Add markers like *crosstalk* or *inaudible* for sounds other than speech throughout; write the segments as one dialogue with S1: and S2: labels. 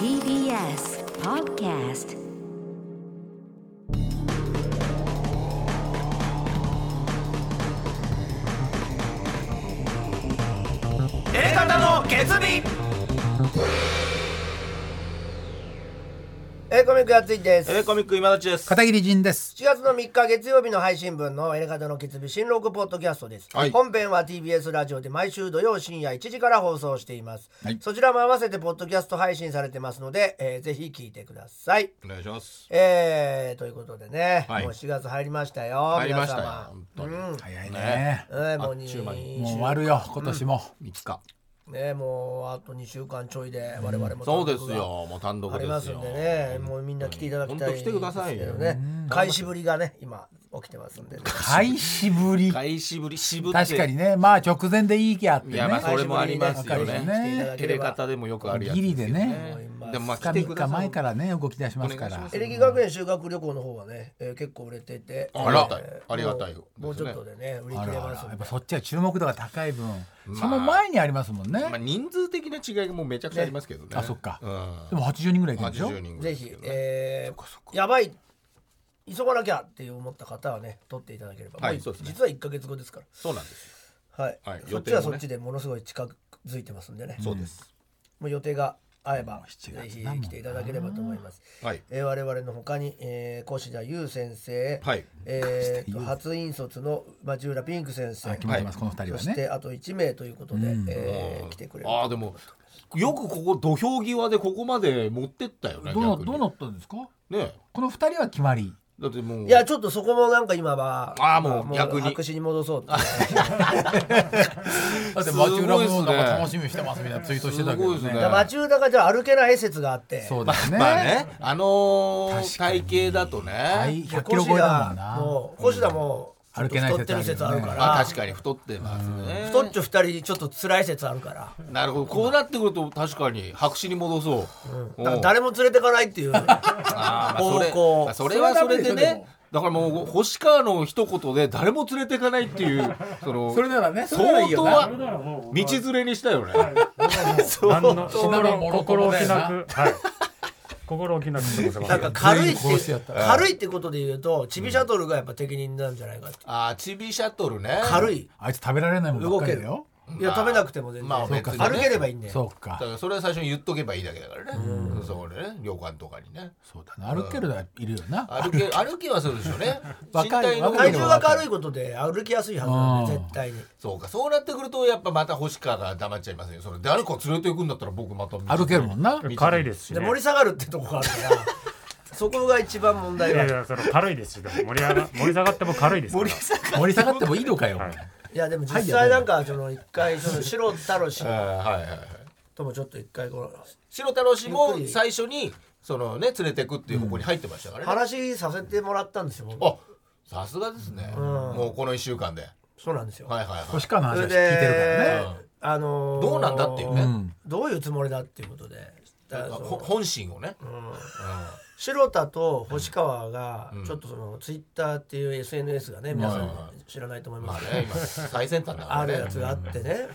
S1: TBS Podcast
S2: 方の決意
S3: エレコミックやついです。
S2: えー、コミック今立ちです
S4: 片桐仁です。
S3: 7月の3日月曜日の配信分のエレガタの決日新録ポッドキャストです、
S4: はい
S3: 本編は TBS ラジオで毎週土曜深夜1時から放送しています、
S4: はい
S3: そちらも合わせてポッドキャスト配信されてますので、えーぜひ聞いてください
S2: お願いします
S3: えー、ということでね、
S2: はい
S3: もう7月入りましたよ
S2: 入りましたよ本当
S3: 皆
S2: に
S3: 様うん
S4: 早いね。
S3: えーもう
S2: あっちゅう間に
S4: もう終
S3: 2
S4: わるよ、今年も。
S2: 3日
S3: 週ねもうあと2週間ちょいで我々も
S2: そうですよもう単独
S3: あ
S2: です
S3: り
S2: よ
S3: ますんでねもうみんな来ていただきたい
S2: 本当来てくださいよ
S3: ですけどね開始ぶりがね今起きてますんでね
S4: 開始ぶり。
S2: 返しぶり渋って
S4: 確かにね、まあ直前でいい気あって
S2: い
S4: ね。
S2: やまあそれもあります
S4: わ
S2: よ
S4: かるし
S2: ね
S4: ね
S2: 照れ方でもよくあるやつ
S4: ギリでね、
S2: でもまあ来
S4: 2
S2: て
S4: 日
S2: くだ
S4: 3日
S2: さい
S4: 前からね動き出しますか
S2: お願い
S4: ら
S2: し。
S3: エレキ学園修学旅行の方はね、えー結構売れてて
S2: あら
S3: えー
S2: ありがたい
S3: も
S2: よ
S3: うもうちょっとでね売り
S4: あ
S3: 切
S4: ら
S3: れ
S4: あら
S3: ます
S4: や
S3: ん
S4: っ
S3: で
S4: ぱそっちは注目度が高い分、
S2: あ
S4: その前にありますもんね。
S2: まあ人数的な違いがもうめちゃくちゃありますけどね
S4: あそっか
S2: う。
S4: で
S2: ん
S4: も80人ぐらいいるんでしょ
S2: 80。人ぐらいで
S3: ぜ
S2: す
S3: ひ
S2: け、どね
S3: えーやばい急がなきゃって思った方はね取っていただければ、
S2: はい
S3: もう
S2: そうですね
S3: 実は1か月後ですか
S2: そうなんですよ
S3: ら、はい
S2: はい
S3: そっち
S2: 予定も
S3: は
S2: ね
S3: そっちでものすごい近づいてますんでね、
S2: そうです
S3: もう予定が合えば
S4: 7月
S3: ぜ
S4: だもん
S3: ひ来ていただければと思います、
S2: はい
S3: えー我々のほかに、えー、越田優先生、
S2: はい
S3: えーと初院卒の町浦ピンク先生
S4: あ決まってます、
S2: は
S4: この2
S3: そ
S4: 人は
S3: して
S4: ね。
S3: あと1名ということで、えー
S2: うん
S3: 来てくれる
S2: ああでもよくここ土俵際でここまで持ってったよね
S4: どうな
S2: 逆に
S4: どうなったんですか
S2: ね
S4: この2人は決まり。
S2: だってもう
S3: いやちょっとそこもなんか今は
S2: あーもう
S3: ま
S2: 逆に
S3: 白紙に戻そうっていう
S2: *laughs* すごいっすね
S4: だって町浦もなんか楽しみにしてますみたいなツイートしてたけど
S2: すごいっ
S4: ね。
S2: す
S3: だから
S2: ね
S3: 町浦がじゃあ歩けない説があって
S4: そう
S2: ま
S4: で
S2: あ
S4: すね。
S2: まあね、あのー、
S4: 確かに
S2: 体型だとね、
S4: はい
S3: で
S4: 100キロ超えだもんな。
S3: もう越田もちょっと
S4: 歩けない
S3: 太ってる説
S4: 説
S3: あ
S4: ある
S3: る
S4: よね
S3: から
S2: あ、確かに太ってますね。
S3: 太っちょ二人ちょっと辛い説あるから
S2: なるほど、こうなってくると確かに白紙に戻そう。
S3: だから誰も連れてかないっていう
S2: *laughs* あーまあ
S3: 方
S2: それ
S3: 向
S2: まあそれはそれで
S4: それはダメでしょで
S2: ね
S4: も。
S2: だからもう星川の一言で誰も連れてかないっていう *laughs* その
S4: それならね、それなら
S2: 相
S4: いいよ
S2: 当
S4: な
S2: は道連れにしたよね。
S5: あ
S4: 心
S5: の心
S4: もろと
S5: 心
S4: も
S5: 置
S4: だ
S5: き
S4: よな
S5: なく、はい、心置きなく過ごせます
S3: なんか軽いって
S4: 全員殺しやった
S3: 軽いってことで言うとチビシャトルがやっぱ適任なんじゃないかって
S2: ああ、チビシャトルね。
S3: 軽。い
S4: あいつ食べられないもんば
S3: 動
S4: っか
S3: け
S4: り
S3: る
S4: だよ。
S3: いや食べなくても全然、
S2: まあ別にね
S3: 歩ければいいんだよ
S4: そう
S2: だ
S4: か
S2: か。らそれは最初に言っとけばいいだけだからね。そこでね、旅館とかにね。
S4: そうだな。歩けるはいるよな。
S2: 歩 *laughs* け歩きはするでしょうね。 *laughs* 身
S4: 若
S2: 体
S4: い
S2: の
S4: 若
S3: 体
S4: い
S3: 重が軽いことで歩きやすいはずなんで
S4: うん
S3: 絶対に
S2: そうか、そうなってくると、やっぱまた星川が黙っちゃいますよ。それ誰か連れて行くんだったら、僕また
S4: 歩けるもんな。
S5: 軽いですし、
S3: で
S5: ね、
S3: 盛り下がるってとこがあるからそこが一番問題
S5: い
S3: は
S5: や
S3: い
S5: やその軽いですしでも盛り上が盛り下がっても軽いですから
S4: 盛り下がってもいいのかよ。
S5: はい
S3: いやでも実際なんかその一回その白太郎氏
S2: あーはいはいはい。
S3: ともちょっと一回この
S2: 白太郎氏も
S3: ゆっくり
S2: 最初に、そのね、連れて行くっていう方向に入ってましたからね。
S3: 話させてもらったんですよ僕
S2: あ、さすがですね。
S3: ん
S2: もうこの一週間で。
S3: そうなんですよ
S2: はいはいはい。
S4: 星川の
S3: そ
S4: 話
S3: れ
S4: は聞
S3: で
S4: いてるからね。
S2: ね
S3: あのー
S2: どうなんだっていうね。
S4: うん。
S3: どういうつもりだっていうことでだからその
S2: ほ本心をね。
S3: 白田と星川がちょっとそのツイッターっていう SNS がね皆さん知らないと思いま
S2: ますあ
S3: けど
S2: ね、今、最先端だから
S3: ある
S2: ね。
S3: やつがあってね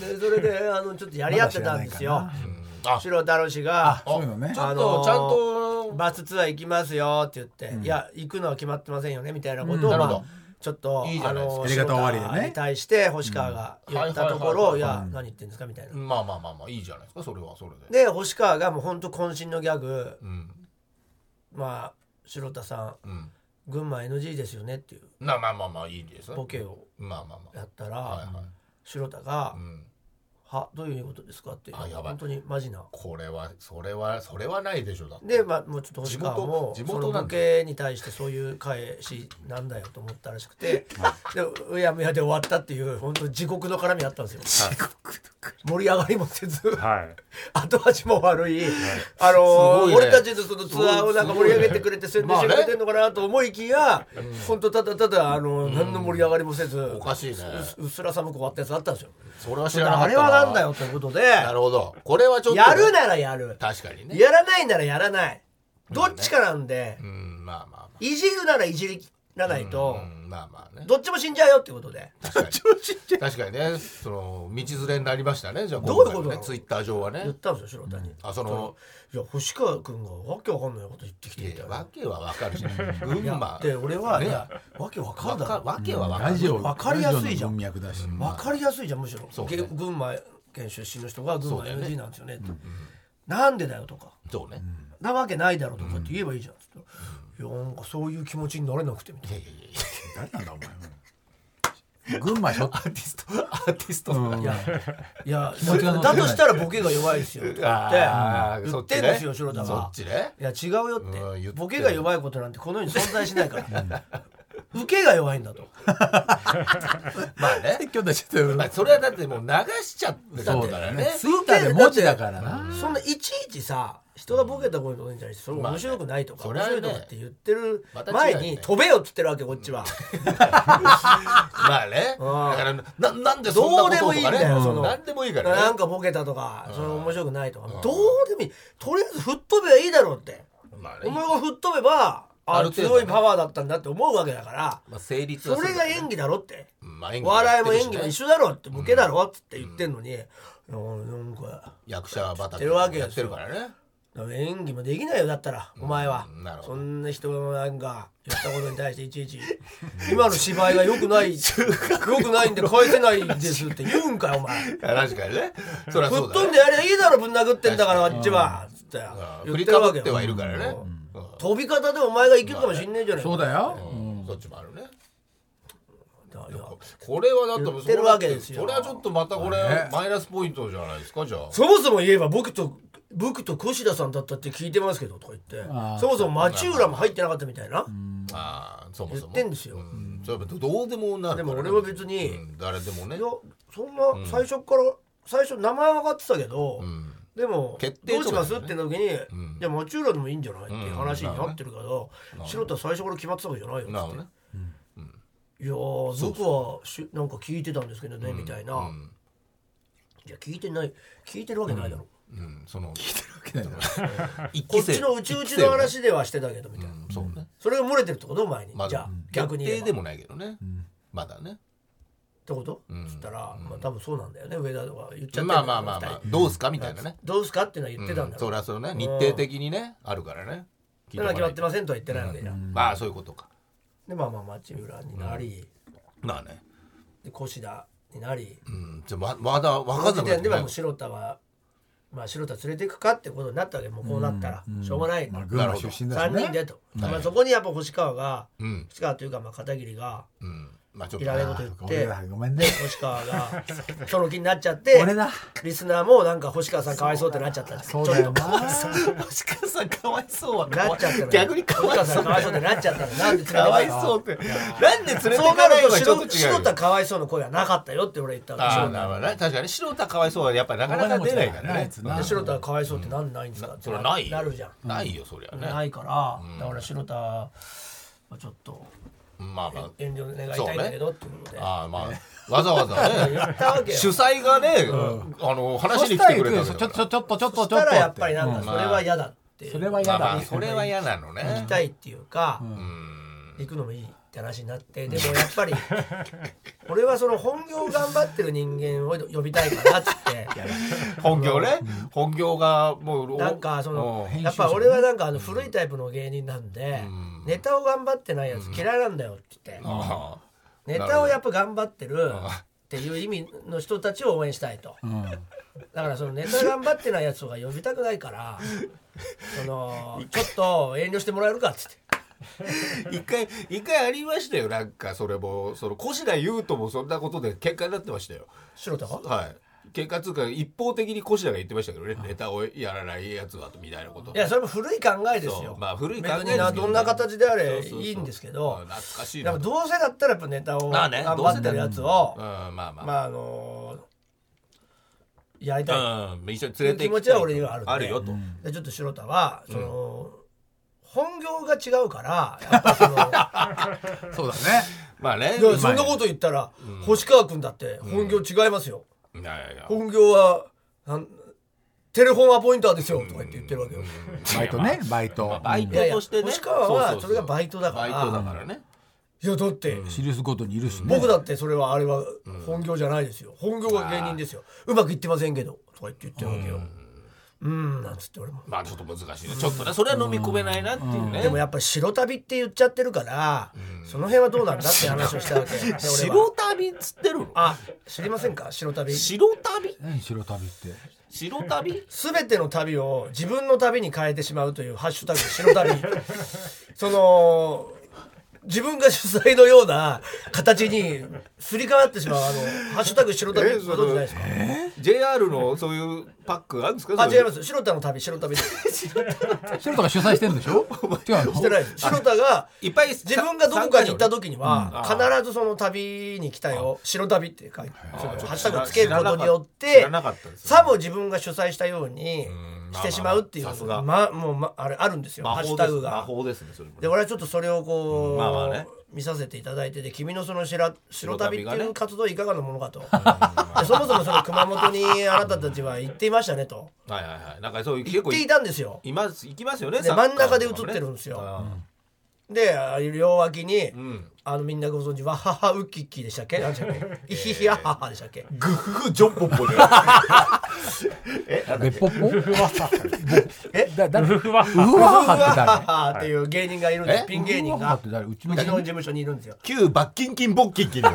S3: でそれであのちょっとやり合ってたんですよ
S4: まだ知
S2: うんあ、ちょっ
S3: 白太郎氏が
S4: そういうのね。
S2: と
S3: あのー
S2: ちゃんと、
S3: バスツアー行きますよって言って、いや行くのは決まってませんよねみたいなことを、
S2: うん
S3: ま
S2: なるほ
S3: あ
S2: ど、
S3: ちょっと
S2: いいじゃないですか
S3: の
S4: やり方終わりでね
S3: 白田に対して星川が言ったところ、
S2: うんはいい
S3: や何言ってんですかみたいな。
S2: まあまあまあまあ、いいじゃないですか、それはそれで。
S3: で星川がもう本当渾身のギャグ
S2: うん。
S3: まあ白田さん
S2: うん。
S3: 群馬 NG ですよねっていう
S2: なまあまあまあ、いいです。
S3: ボケを
S2: まあまあま
S3: やったら、
S2: あ。はいはい。
S3: 白田が
S2: うん。
S3: 「はどういうことですか?」って
S2: あやばい
S3: 本当にマジな。
S2: これはそれはそれはないでしょだって
S3: でまあ、もうちょっと星川も
S2: 地元地
S3: その
S2: 元な
S3: ボ
S2: んだ
S3: ケに対してそういう返しなんだよと思ったらしくてでうやむやで終わったっていう本当地獄の絡みあったんですよ盛り上がりもせず
S5: はい
S3: 後味も悪い、あのー
S2: すごいね
S3: 俺たちのそのツアーをなんか盛り上げてくれて宣伝してくれてんのかなと思いきや、本当ただただ、あのー何の盛り上がりもせず
S2: おかしいね
S3: ううっすら寒く終わったやつあったんですよ
S2: それは知らなか
S3: あ
S2: った
S3: れはなんだよということで
S2: なるほどこれはちょっと
S3: やるならやる
S2: 確かにね
S3: やらないならやらないどっちかなんで、
S2: うんまあまあま
S3: いじるならいじりらないと、
S2: うんまあまあね
S3: どっちも死んじゃうよっていうことで
S2: 確かに確かにねその道連れになりましたねじゃあ
S3: どういうこと
S2: 今回の
S3: なの
S2: ねツイッター上は
S3: 言っ
S2: ね
S3: たんですよ白谷に、
S2: あその
S3: いや星川君がわけわかんないこと言ってきてみ
S2: い
S3: た
S2: や
S3: い
S2: わ
S3: な。
S2: けはわかるし群馬
S3: で俺は、
S2: ね
S3: いやわけわか
S2: わ
S3: るだ
S2: か
S3: ろ
S2: わけはわか
S4: ラ
S2: る
S4: ジオ
S3: わかりやすいじゃん
S4: ラジオの文脈だし、
S3: わかりやすいじゃんむしろ、
S2: そうね
S3: げ群馬県出身の人が群馬
S2: そうだよね
S3: NG なんですよねってなんでだよとか
S2: そうね
S3: なわけないだろうとかって言えばいいじゃんつって、いやなんかそういう気持ちになれなくてみたい
S2: い
S3: な
S2: やいやいや
S4: 誰なんだお前群馬
S2: *laughs*
S4: しょ
S2: アーティストアーティストの *laughs*
S3: いやいや
S4: 持ちが乗ってな
S3: だ
S4: い
S3: としたらボケが弱いですよとか
S2: あ
S3: って
S2: ー
S3: 言
S2: そ
S3: っ
S2: ち
S3: て
S2: ね
S3: んですよ白田
S2: そ
S3: は
S2: っ。ちね
S3: いや違うよって,、
S2: うん言って
S3: ボケが弱いことなんてこの世に存在しないから受けが弱いんだと
S2: まあね
S4: 説教だちょっ
S2: まあそれはだってもう流しちゃってたん
S4: そう
S2: だか
S4: だ
S2: ら
S4: よ
S2: ね
S4: ねツイッターで文字だからな
S3: そんないちいちさ人がボケた声とかに対してそれ面白くないとか、
S2: まあね
S3: 面白いとかって言ってる
S2: また違う
S3: 前
S2: よね
S3: に飛べよって言ってるわけこっちは、
S2: まあねだからななんで *laughs* そんなこととかね
S3: どうでもいいんだよその
S2: なんでもいいか
S3: な
S2: ら
S3: ん
S2: ね
S3: かボケたとかそれ面白くないとか、どうでもいいとりあえず吹っ飛べばいいだろうって、
S2: まあ
S3: お
S2: ね
S3: 前が吹っ飛べばあ
S2: ある程度ね
S3: 強いパワーだったんだって思うわけだから
S2: まあ成立は
S3: そ
S2: す
S3: れ
S2: る
S3: が
S2: だろうね
S3: 演技だろって。
S2: まあ演技
S3: 笑い
S2: やっ
S3: も
S2: てる
S3: 演
S2: しね
S3: 技も一緒だろってボケだろっつって言ってんのに、うんなんか
S2: 役者
S3: っ
S2: 畑
S3: てるわけ
S2: や
S3: で
S2: っ
S3: す
S2: て
S3: よ
S2: るからね
S3: 演技もできないよだったらお前は、
S2: うんなるほど
S3: そんな人のなんか言ったことに対していちいち今の芝居が良
S2: *laughs*
S3: くない良くないんで返せないですって言うんかよお前ぶっ
S2: 確かにねそりゃそうだ
S3: 飛ん
S2: ね
S3: でやりゃいいだろぶん殴ってんだからあっちはつって
S2: うん振
S3: 言って
S2: り
S3: る
S2: か
S3: わ
S2: ぶ
S3: け
S2: って
S3: よ
S2: はいるからね
S3: 飛び方でお前がいけるかもしんないじゃないか
S4: そうだよ、
S2: うんそっちもあるね
S3: だから
S2: これはだってもう
S3: 言ってるわけですよ
S2: それはちょっとまたこれ
S4: ね
S2: マイナスポイントじゃないですかじゃあ
S3: そもそも言えば僕と僕と越田さんだったって聞いてますけどとか言って
S4: あー
S3: そもそも町浦も入ってなかったみたいな、
S2: ああそもそも
S3: 言ってんですよ
S2: うんそれはどうでもなるからね
S3: でも俺は別に
S2: うん誰でもね
S3: いやそんな最初から、最初名前分かってたけど、
S2: うん
S3: でも
S2: 決定
S3: どう
S2: と
S3: し
S2: か
S3: ます
S2: だ
S3: っ
S2: よ
S3: て
S2: ね
S3: 時に、
S2: ん
S3: いや町浦でもいいんじゃないっていう話に
S2: うんまあ
S3: な
S2: ね
S3: ってるから、白田は最初から決まってたわけじゃないよっつって
S2: なるほどね
S3: いやー僕はしなんか聞いてたんですけどね、みたいな、
S2: うん
S3: いや聞いてない聞いてるわけないだろ、
S2: うんその一
S3: こ
S2: 期
S3: っ
S2: 生
S3: ちのうちうちの話ではしてたけどみたいな、
S2: うんそうね
S3: それが漏れてるってこと前に、
S2: まあ
S3: じゃあ逆
S2: 逆
S3: に
S2: に
S3: 言えば
S2: でもないけどねまだね
S3: ってこと、つったら、まあ、多分そうなんだよね上田とか言っちゃってん
S2: ま
S3: だよ
S2: あまあまあま
S3: 二
S2: あ
S3: 人
S2: どうすかみたいなね
S3: どうすかってのは言ってたん
S2: う
S3: だ
S2: んそ
S3: ろう、
S2: りゃそうね日程的にねあるからね聞いとか
S3: だから決ま
S2: な
S3: っ
S2: い
S3: て
S2: と
S3: ませんとは言ってないわけじゃん、
S2: まあそういうことか
S3: でまあまあ町浦になり、
S2: まあね
S3: で越田になり
S2: うんじゃあままだ
S3: こ
S2: 分か
S3: の
S2: んな
S3: 時
S2: くなっ
S3: 点
S2: て
S3: で
S2: きた
S3: は
S2: よ
S3: もう白田は、まあ、白田連れていくかってことになったわけもうこうなったら、しょうがないと、
S4: まあ、群馬出身だし
S3: 3
S4: ね
S3: 人でと、まあ、そこにやっぱ星川が、
S2: うん
S3: 星川というかまあ片桐が
S2: うんまあちょっ
S3: い
S2: と
S3: ら
S2: ね
S3: れること言
S4: ご
S3: っ
S4: め
S3: て
S4: んだごめんね
S3: 星川がその気になっちゃって
S4: 俺だ
S3: リスナーもなんか星川さんかわいそうってなっちゃったんです
S4: そうだよな
S2: 星川さんかわいそうは
S3: なっちゃったの
S2: 逆にかわい
S3: 星川
S2: そ
S3: さん
S2: う
S3: かわいそうってなっちゃったのなんで連れて
S2: かわい
S3: そ
S2: そううってなんで連れて
S3: そう
S2: か
S3: な
S2: ない
S3: る
S2: の
S3: と
S2: がちょっと
S3: 白
S2: 違うよ
S3: 白田かわいそうの声はなかったよって俺言ったわけ
S2: ああ
S3: 白
S2: な
S3: 田
S2: るほどね確かに白田かわいそうはやっぱなかなか出ないからね
S4: お前のもんじゃない
S3: で白田はかわいそうってなんないんですかって
S2: それはないよ
S3: なるじゃん
S2: ないよそりゃね
S3: ないから、だから白田はちょっと
S2: まあまあ
S3: 遠慮願いたいんだけどってことで、
S2: ああまあわざわざ
S3: *laughs* 言
S2: ね
S3: ったわけよ
S2: 主
S3: そし
S2: 催がねあの話に来てくれたわけ
S4: ちょ
S2: だ
S4: っ
S2: から
S4: とちょっとちょっとちょ
S3: た
S4: っと
S3: らやっぱりなんか
S4: うん
S3: それは嫌だって、
S4: それは
S2: ま
S4: 嫌
S2: あま
S4: だ
S2: あそれは嫌なの
S3: 行
S2: ね
S3: きたいっていうか、
S2: うん
S3: 行くのもいいって話になってでもやっぱり俺はその本業頑張ってる人間を呼びたいからっつって
S2: 本業ね本業がもう
S3: なんかその
S4: うん
S3: やっぱ俺はなんかあの古いタイプの芸人なんで、ネタを頑張ってないやつ嫌いなんだよって言って、
S2: ああ
S3: ネタをやっぱ頑張ってるっていう意味の人たちを応援したいと、だからそのネタ頑張ってないやつとか呼びたくな
S2: *laughs*
S3: いからそのちょっと遠慮してもらえるかっつって
S2: 一回一回ありましたよなんかそれもその越田優斗もそんなことで喧嘩になってましたよ
S3: 白田が
S2: はい喧嘩つうか一方的に越田が言ってましたけどねネタをやらないやつはみたいなこと
S3: いやそれも古い考えです
S2: そ
S3: よ
S2: うまあ古い考えですけどね
S3: 別になどんな形であれ
S2: そうそうそう
S3: いいんですけ
S2: うん
S3: ど
S2: 懐かしい
S3: な
S2: なん
S3: かどうせだったらやっぱネタを
S2: まあ
S3: 頑
S2: ね
S3: 張ってるやつを
S2: うんまあまあ、
S3: まああのーやりたい
S2: うん一緒に連れて行きたい
S3: 気持ちは俺にはあるんで
S2: あるよと、
S3: でちょっと白田はその、本業が違うからやっぱ *laughs* その
S4: そうだね
S2: まあね
S3: いやそんなこと言ったら、星川君だって本業違いますよ、
S2: いやいやいや
S3: 本業はなんテレフォンアポインターですよとか言って言ってるわけよ、
S4: バイトねバイト
S2: バイ
S3: いやい
S2: ト
S3: や
S2: としてね
S3: 星川はそれがバイトだから
S2: バイトだからね
S3: いやだって、
S4: シリウスごとにいるしね
S3: 僕だってそれはあれは本業じゃないですよ本業が芸人ですようまくいってませんけどとか言って言ってるわけようんなんつって俺も
S2: まあちょっと難しいねちょっとねそれは飲み込めないなっていうね
S3: でもやっぱり白旅って言っちゃってるからその辺はどうなんだって話をした *laughs* わけで俺は
S2: 白旅っつってるの
S3: あ知りませんか白旅
S2: 白旅
S4: 何白旅って
S2: 白旅
S3: すべての旅を自分の旅に変えてしまうというハッシュタグ白旅 *laughs* その自分が主催のような形にすり替わってしまうあのハッシュタグ白旅
S2: え
S3: ご存知ないですか
S2: JR のそういうパックあるんですか
S3: あ違いますす白田の旅白旅です *laughs*
S4: 白田が主催してるんでしょ違うの
S3: してないです白田が
S2: いっぱい
S3: 自分がどこかに行った
S2: と
S3: 時には
S2: うんあ
S3: 必ずその旅に来たよ白旅って書いてそのハッシュタグをつける
S2: 知らな
S3: こ
S2: か
S3: とによっ
S2: 知
S3: て
S2: らなかったです
S3: さも自分が主催したように
S2: ん
S3: してしまうっていう
S2: まあまあ
S3: まもうまあれあるんですよ
S2: 魔
S3: ハッシ
S2: 法
S3: ュ
S2: で
S3: タ
S2: す
S3: グ
S2: 魔
S3: が。
S2: 法ですねそれもね
S3: で俺はちょっとそれをこう、
S2: まあまあね
S3: 見させていただいてて君のその白白旅っ
S2: 白旅
S3: て
S2: が
S3: い
S2: ね
S3: う活動いかがなものかと、でそもそもその熊本にあなたたちは行っていましたねと
S2: はいはいはいなんかそういう
S3: 言
S2: 結
S3: っ
S2: 構
S3: てい
S2: い
S3: たんですよ
S2: います行きますよね
S3: で
S2: サッカーとかもね
S3: 真ん中で映ってるんですよ
S2: うん
S3: であ両脇に、
S2: うん
S3: あのみんなご存知わははウッキッキーでしたっけなんでしたっけイヒヒアハハでしたっけ
S2: グフフジョンポッ
S3: *laughs*
S2: ポじゃない
S4: べっぽっぽえだだ
S5: ウ
S4: う
S5: フフは
S4: ふわはって
S3: ハ
S4: 誰
S3: ハっていう芸人がいるんですピン芸人
S4: うふわは
S3: が
S4: って誰うち
S3: う
S4: の
S3: ちの事務所にいるんですよ
S2: 旧バッキンキンボッキンキンだ *laughs*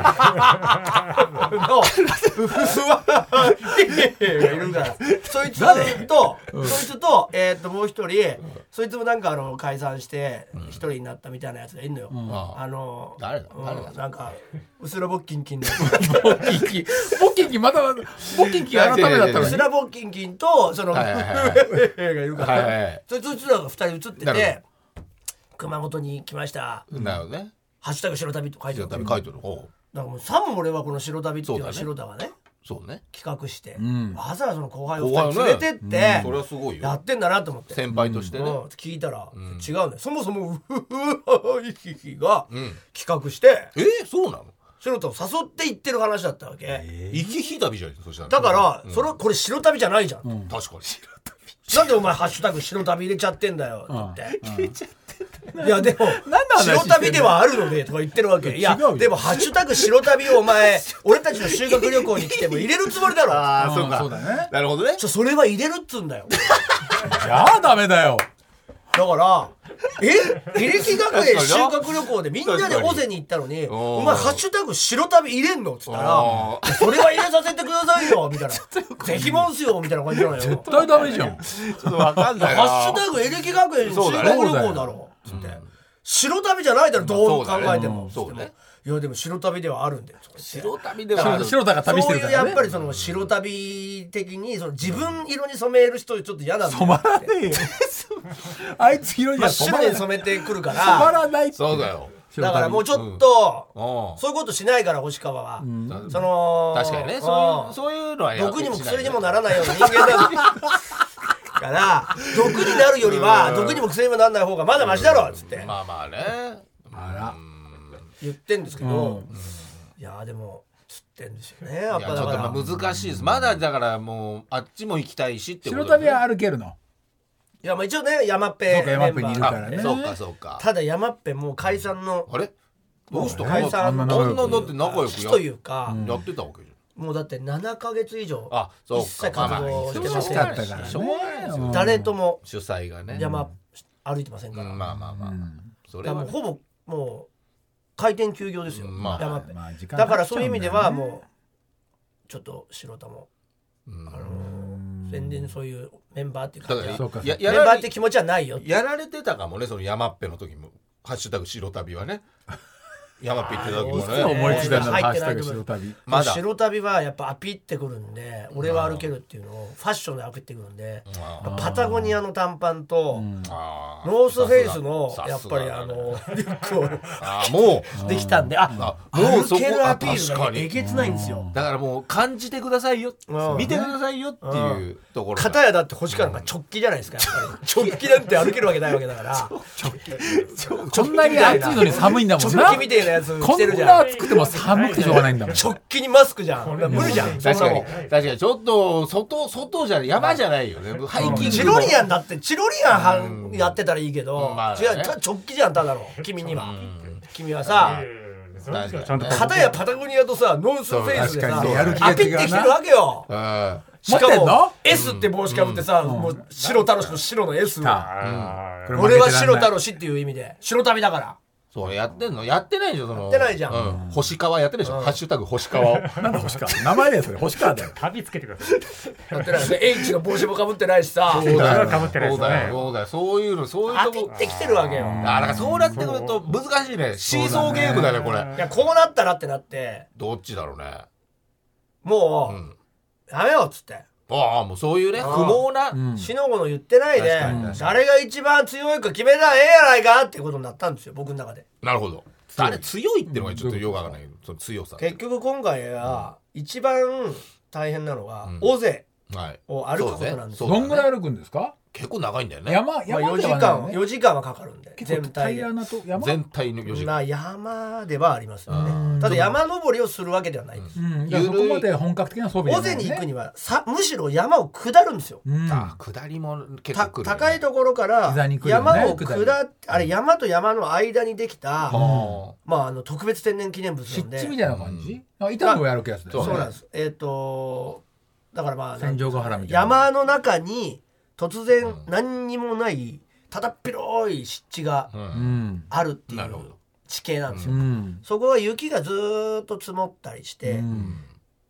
S2: よ
S3: のうふふわいやいやいるからそいつと、そいつとえーっともう一人そいつもなんかあの解散して一人になったみたいなやつがいるのよ、あの
S2: 誰だ
S3: うん
S2: 誰だ
S3: なんか薄らぼっきんきんの
S4: ボッキンキボッキンキまたボッキンキ改めだったの
S3: 薄
S4: に
S3: らぼっきんきんとその
S2: はい
S3: *laughs*
S2: はいはい
S3: がいるから、
S2: はいはいはい
S3: そいつそいつらが二人映って
S2: なる
S3: て熊本に来ました
S2: なるほどね
S3: 「ハッシュタグ白旅」と書いて
S2: 白
S3: あるだ
S2: 旅
S3: か
S2: 書いてるおう
S3: らもうさも俺はこの白旅っていうのは
S2: そ
S3: 白田がね
S2: そうね
S3: 企画して、
S4: ん
S3: わざわざその後輩を
S2: 後輩を
S3: 二人
S2: ね
S3: 連れてって、
S2: それはすごい
S3: や
S2: よ
S3: ってんだなと思って。
S2: 先輩として
S3: う
S2: ね
S3: ん聞いたら、違うのよそもそもウフフイヒヒが企画して、
S2: えーそうなの
S3: 白田を誘って行ってる話だったわけ、
S2: 行き火旅じゃんそしたら
S3: だから、それこれ白旅じゃないじゃん、
S2: 確かに
S3: なんでお前「ハッシュタグ白旅入れちゃってんだよ」って入れちゃってんだよいやでも
S4: 何の話してんの
S3: 白旅ではあるのでとか言ってるわけいや
S4: 違うよ
S3: でも「ハッシュタグ白旅」をお
S4: *laughs*
S3: 前俺たちの修学旅行に来ても入れるつもりだろ
S2: ああそうか
S4: そうだね
S2: なるほどね
S3: ちょそれは入れるっつうんだよ
S4: じゃあダメだよ
S3: だから、え履歴学園修学旅行でみんなで尾瀬に行ったのに、
S2: ん
S3: お前、ハッシュタグ白旅入れんのっつったら
S2: あ、
S3: それは入れさせてくださいよ
S4: *laughs*
S3: みたいな。ぜひもんすよみたいな感じなのよ。ハ
S4: 絶対ダメじゃん
S2: ちょっとわかん *laughs* ないな
S3: ッシュタグ履歴学園修学旅行だろ。つって。白旅じゃないだろ、どう考えても。
S2: そうだねうんそうね
S3: いや、でも白旅ではあるんだよ。白
S2: 白旅ではあ
S4: 白
S2: る
S4: 白田が旅し
S3: そ
S4: て
S3: うい
S4: るか
S3: うや
S4: ら
S3: っぱ
S4: ね
S3: りその白旅的にその自分色に染める人ちょっと嫌なんだよ
S4: 止まらねえよあいつ広いじ
S3: 真
S4: ゃ
S3: っ白
S4: ん止まら
S3: に
S4: ない
S3: 染めてくるか
S4: 止
S3: ら
S4: まらないって
S2: そうだよ
S3: だからもうちょっと
S2: うん
S3: そういうことしないから星川は、
S2: ん
S3: その
S2: 確かにね
S3: うん
S2: そういうそういうのはや
S3: 毒にも薬にもならないよ
S2: *laughs*
S3: うな人間だから毒になるよりは毒にも薬にもならない方がまだマシだろっつって
S2: まあまあね
S4: あ
S3: 言ってんですけど、いやーでもつってんですよねやっ
S2: い
S3: ぱ
S2: やち
S3: だ
S2: ょっと
S3: から
S2: まあ難しいですまだだからもうあっちも行きたいしってこ
S4: 白
S2: と
S4: 旅
S2: だよね
S4: は歩けるの
S3: いやまあ一応ね山っぺ
S4: そうか山っぺ
S3: メンバー
S4: にいるからね
S2: そうかそうか
S3: ただ山っぺもう解散の
S2: あれどうした
S4: もうね
S2: あんな
S4: あんな仲良く
S2: だって仲良く
S3: 危
S2: や
S3: というか、
S2: やってたわけじ
S3: もうだって7か月以上
S2: ゃんあそうか
S3: 一切活動してま
S4: 忙
S3: せ
S4: し
S3: ん
S4: かったからね
S2: しょうがないですよ
S4: うん
S3: 誰とも
S2: 主催がね
S3: 山歩いてません
S2: う
S3: から、
S2: んまあまあまあそれ
S3: だから
S2: は
S3: もうほぼもう開店休業ですよ、
S2: うんまあ
S3: 山っぺ
S4: まあ時間
S3: だからそういう意味では
S4: う
S3: もうちょっと白田も、あのー宣伝そういうメンバーっていう
S2: だ
S3: 感じ
S2: か
S3: は
S4: そうから
S2: や
S3: メ
S2: や
S3: ンバ
S2: ら
S3: ーっ
S2: れ
S3: て気持ちはないよ
S2: やられてたかもねその山っぺの時も「ハッシュタグ白旅」はね山っぺ行ってた時も
S4: いつ
S2: ね
S4: 思いついたんだろう
S3: 入
S4: ハ
S3: っ
S4: ッ
S3: て
S4: シュ
S3: ない
S4: タ
S3: と
S4: グ
S3: 思
S2: ま
S3: う
S4: 白旅
S2: だ
S3: 白旅はやっぱアピってくるんで俺は歩けるっていうのをファッションでアピってくるんで
S2: あ
S3: パタゴニアの短パンと、
S2: あ
S3: ノースフェイスの
S2: さすが
S3: やっぱり
S2: さ
S3: あ
S2: すがだね
S3: のリュックを
S2: あーも
S3: できたんであ
S2: あもうそ
S3: 歩
S2: こ
S3: けるアピール
S2: あ確
S3: が
S2: かに
S3: ねえげつないんですよ
S2: うだからもう感じてくださいよ
S3: うん
S2: 見てくださいよっていうところ
S3: 片やだって星川なんか直帰じゃないですかやっぱり直帰なんて歩けるわけないわけ
S2: *laughs*
S3: だから
S4: こんなに暑いのに寒いんだもんな
S3: 直帰みたいなやつ着
S4: こ
S3: て
S4: ん
S3: るじ
S4: な
S3: ゃん
S4: 暑くても寒くてしょうがな
S3: *laughs*
S4: いんだもん
S3: 直帰にマスクじゃん無理じゃんそん
S2: 確
S3: な
S2: か
S3: も
S2: に確
S3: ん
S2: かにちょっと外外じゃ山じゃないよねハイキング
S3: チロリアンだってチロリアンはんやってたらいいけど、
S2: まあね
S3: 違うた直帰じゃんただの君には、君はさ、
S5: ですよ。
S2: 確かに
S5: ちゃんと
S3: 片やパタゴニアとさノースフェイスで
S4: 確
S3: さ
S4: かにやる気が違
S3: 開
S4: うな
S3: けてきてるわけよ
S2: あ
S3: し
S4: 持っ
S3: か
S4: てんの
S3: も S って帽子かぶってさ、もう白太郎氏の白の S
S4: た
S5: あー
S4: これ
S3: 俺は白太郎氏っていう意味で白旅だから
S2: そうやってんのやってないでしょそのや
S3: ってないじゃん
S2: うん、星川やってるでしょ、ハッシュタグ星川を
S4: なんだ星川名前だよそれ星川だよ
S5: 旅つけてください。
S3: だってなんか H の帽子もかぶってないしさ
S5: うだよ被ってな
S2: そう
S5: いですね
S2: だよそうだよそういうのそういう
S3: 当
S2: と
S3: て
S2: こ
S3: ってきてるわけよ
S2: あだからそうなってくると難しいねシーソーゲームだねこれ
S3: いやこうなったらってなって
S2: どっちだろうね
S3: もう、
S2: ん
S3: やめようっつって
S2: ああもうそういうね
S3: あ
S2: 不
S3: あ
S2: 毛な、
S3: しのごの言ってないで
S2: 確かに確
S3: 誰が一番強いか決めたらええやないかっていうことになったんですよ僕の中で
S2: なるほど誰強いってのがちょっとよくわかんないけどその強さ
S3: 結局今回は一番大変なのは、
S2: ん
S3: 大勢
S2: はい
S3: を歩くことなんです
S2: そう
S3: よ、
S2: だね
S4: どんぐらい歩くんですか
S2: 結構長いんだよね
S4: 山
S3: まあ、
S4: 山
S3: 4
S4: で
S3: 時
S4: は
S3: 間、
S4: ないよね
S3: 4時間はかかるんで
S4: 結
S3: 全
S4: 構
S3: 体で
S4: 平。らなと山
S2: 全体の4時間
S3: まあ山ではありますよねただ山登りをするわけではないです、
S4: うん、だからそこまで本格的な装備
S3: 尾
S4: じゃ
S3: 瀬
S4: ない
S3: に
S4: も
S3: 行
S4: ん
S3: く
S4: ね
S3: にはさむしろ山を下るんですよ
S4: うん
S2: ああ下りも結
S3: た
S2: 構来る、ね、
S3: 高いところから
S4: 膝に来るよね
S3: 山を
S4: 下
S3: 下
S4: り
S3: ってあれ山と山の間にできた、
S2: あ
S3: まあ、あの特別天然記念物なん
S4: 湿
S3: で
S4: 地みたいな感じ、あ板の上歩くやつだよね
S3: そうなんですえっ、とだからまあ
S4: 戦場ヶ原みたいな
S3: 山の中に突然何にもないただっ広い湿地が
S2: あ、う、
S4: うんん
S3: あるってい
S2: な
S3: う
S2: るほど
S3: 地形なんです
S4: う
S3: よ、
S4: ん
S3: そこは雪がずーっと積もったりして、
S4: うん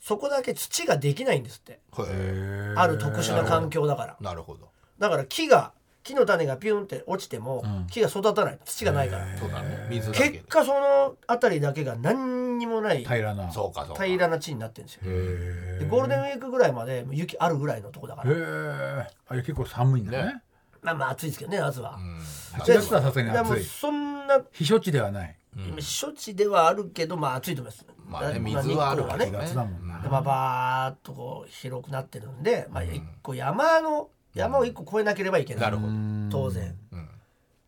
S3: そこだけ土ができないんですって
S2: へ
S3: ある特殊な環境だから
S2: えなるほど
S3: だから木が木の種がピュンって落ちても、
S4: ん
S3: 木が育たない土がないから、
S2: そうだね水だけで
S3: 結果その辺りだけが何にもない
S4: 平らな
S2: そうかそうか
S3: 平らな地になってるんですよ
S2: へえ
S3: でゴールデンウィークぐらいまで雪あるぐらいのとこだか
S4: へ
S3: ら
S4: えあれ結構寒いんだね
S2: ね
S3: まあまあ暑いですけどね夏は、
S4: 8月はさすがに
S3: でも
S4: 暑い
S3: そんな
S4: 避暑地ではない
S3: 処置ではあるけどまあ暑いと思います
S2: まあね
S3: だ
S2: 水はあるわ
S3: 日
S2: ね
S3: 光は
S4: 夏だもんな
S3: でまあバーっとこう広くなってるんで、まあ、一個山の山を一個越えなければいけない、
S2: なるほど
S3: 当然、
S2: ん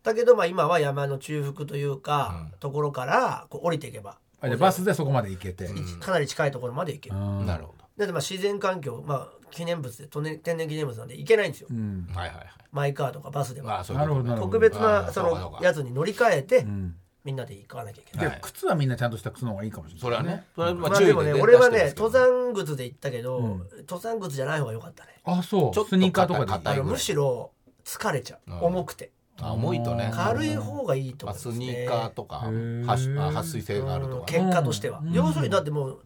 S3: だけどまあ今は山の中腹というか、ところからこう降りていけば
S4: あじゃあバスでそこまで行けて、
S3: かなり近いところまで行ける、
S2: なるほど
S3: だってまあ自然環境、まあ、記念物でとね天然記念物なんで行けないんですよ、
S4: うん
S2: はいはいはい
S3: マイカーとかバスで
S2: ま
S3: は
S2: あそういう
S4: なる
S2: こ
S4: ほ
S2: と
S4: どな
S2: ね
S4: るほ
S3: 特
S4: ど
S3: 別
S2: あー
S3: なそ
S2: そうかそう
S3: の
S2: か
S3: やつに乗り換えて
S4: ん
S3: みんなで行かなきゃいけない、
S4: で靴はみんなちゃんとした靴の方がいいかもしれない
S2: それはねそれはま
S3: ま
S2: あ
S3: あ
S2: 注意
S3: で
S2: で
S3: もね
S2: ね
S3: 俺はね
S2: 出して
S3: 登
S2: ますけど
S3: 山靴で行ったけど、登山靴じゃない方が良かったね
S4: あそう
S2: ちょっと
S4: スニーカーとかでいい
S2: 硬
S3: あ
S2: い
S3: のむしろ疲れちゃう、
S2: ん
S3: 重くて
S2: あ重いとね
S3: 軽い方がいいと
S2: ま
S3: 思
S2: あ
S3: い
S2: ス
S3: ます、ね、
S2: ニーカーとかはしあ撥水性があるとかね
S3: 結果としては、要するにだってもう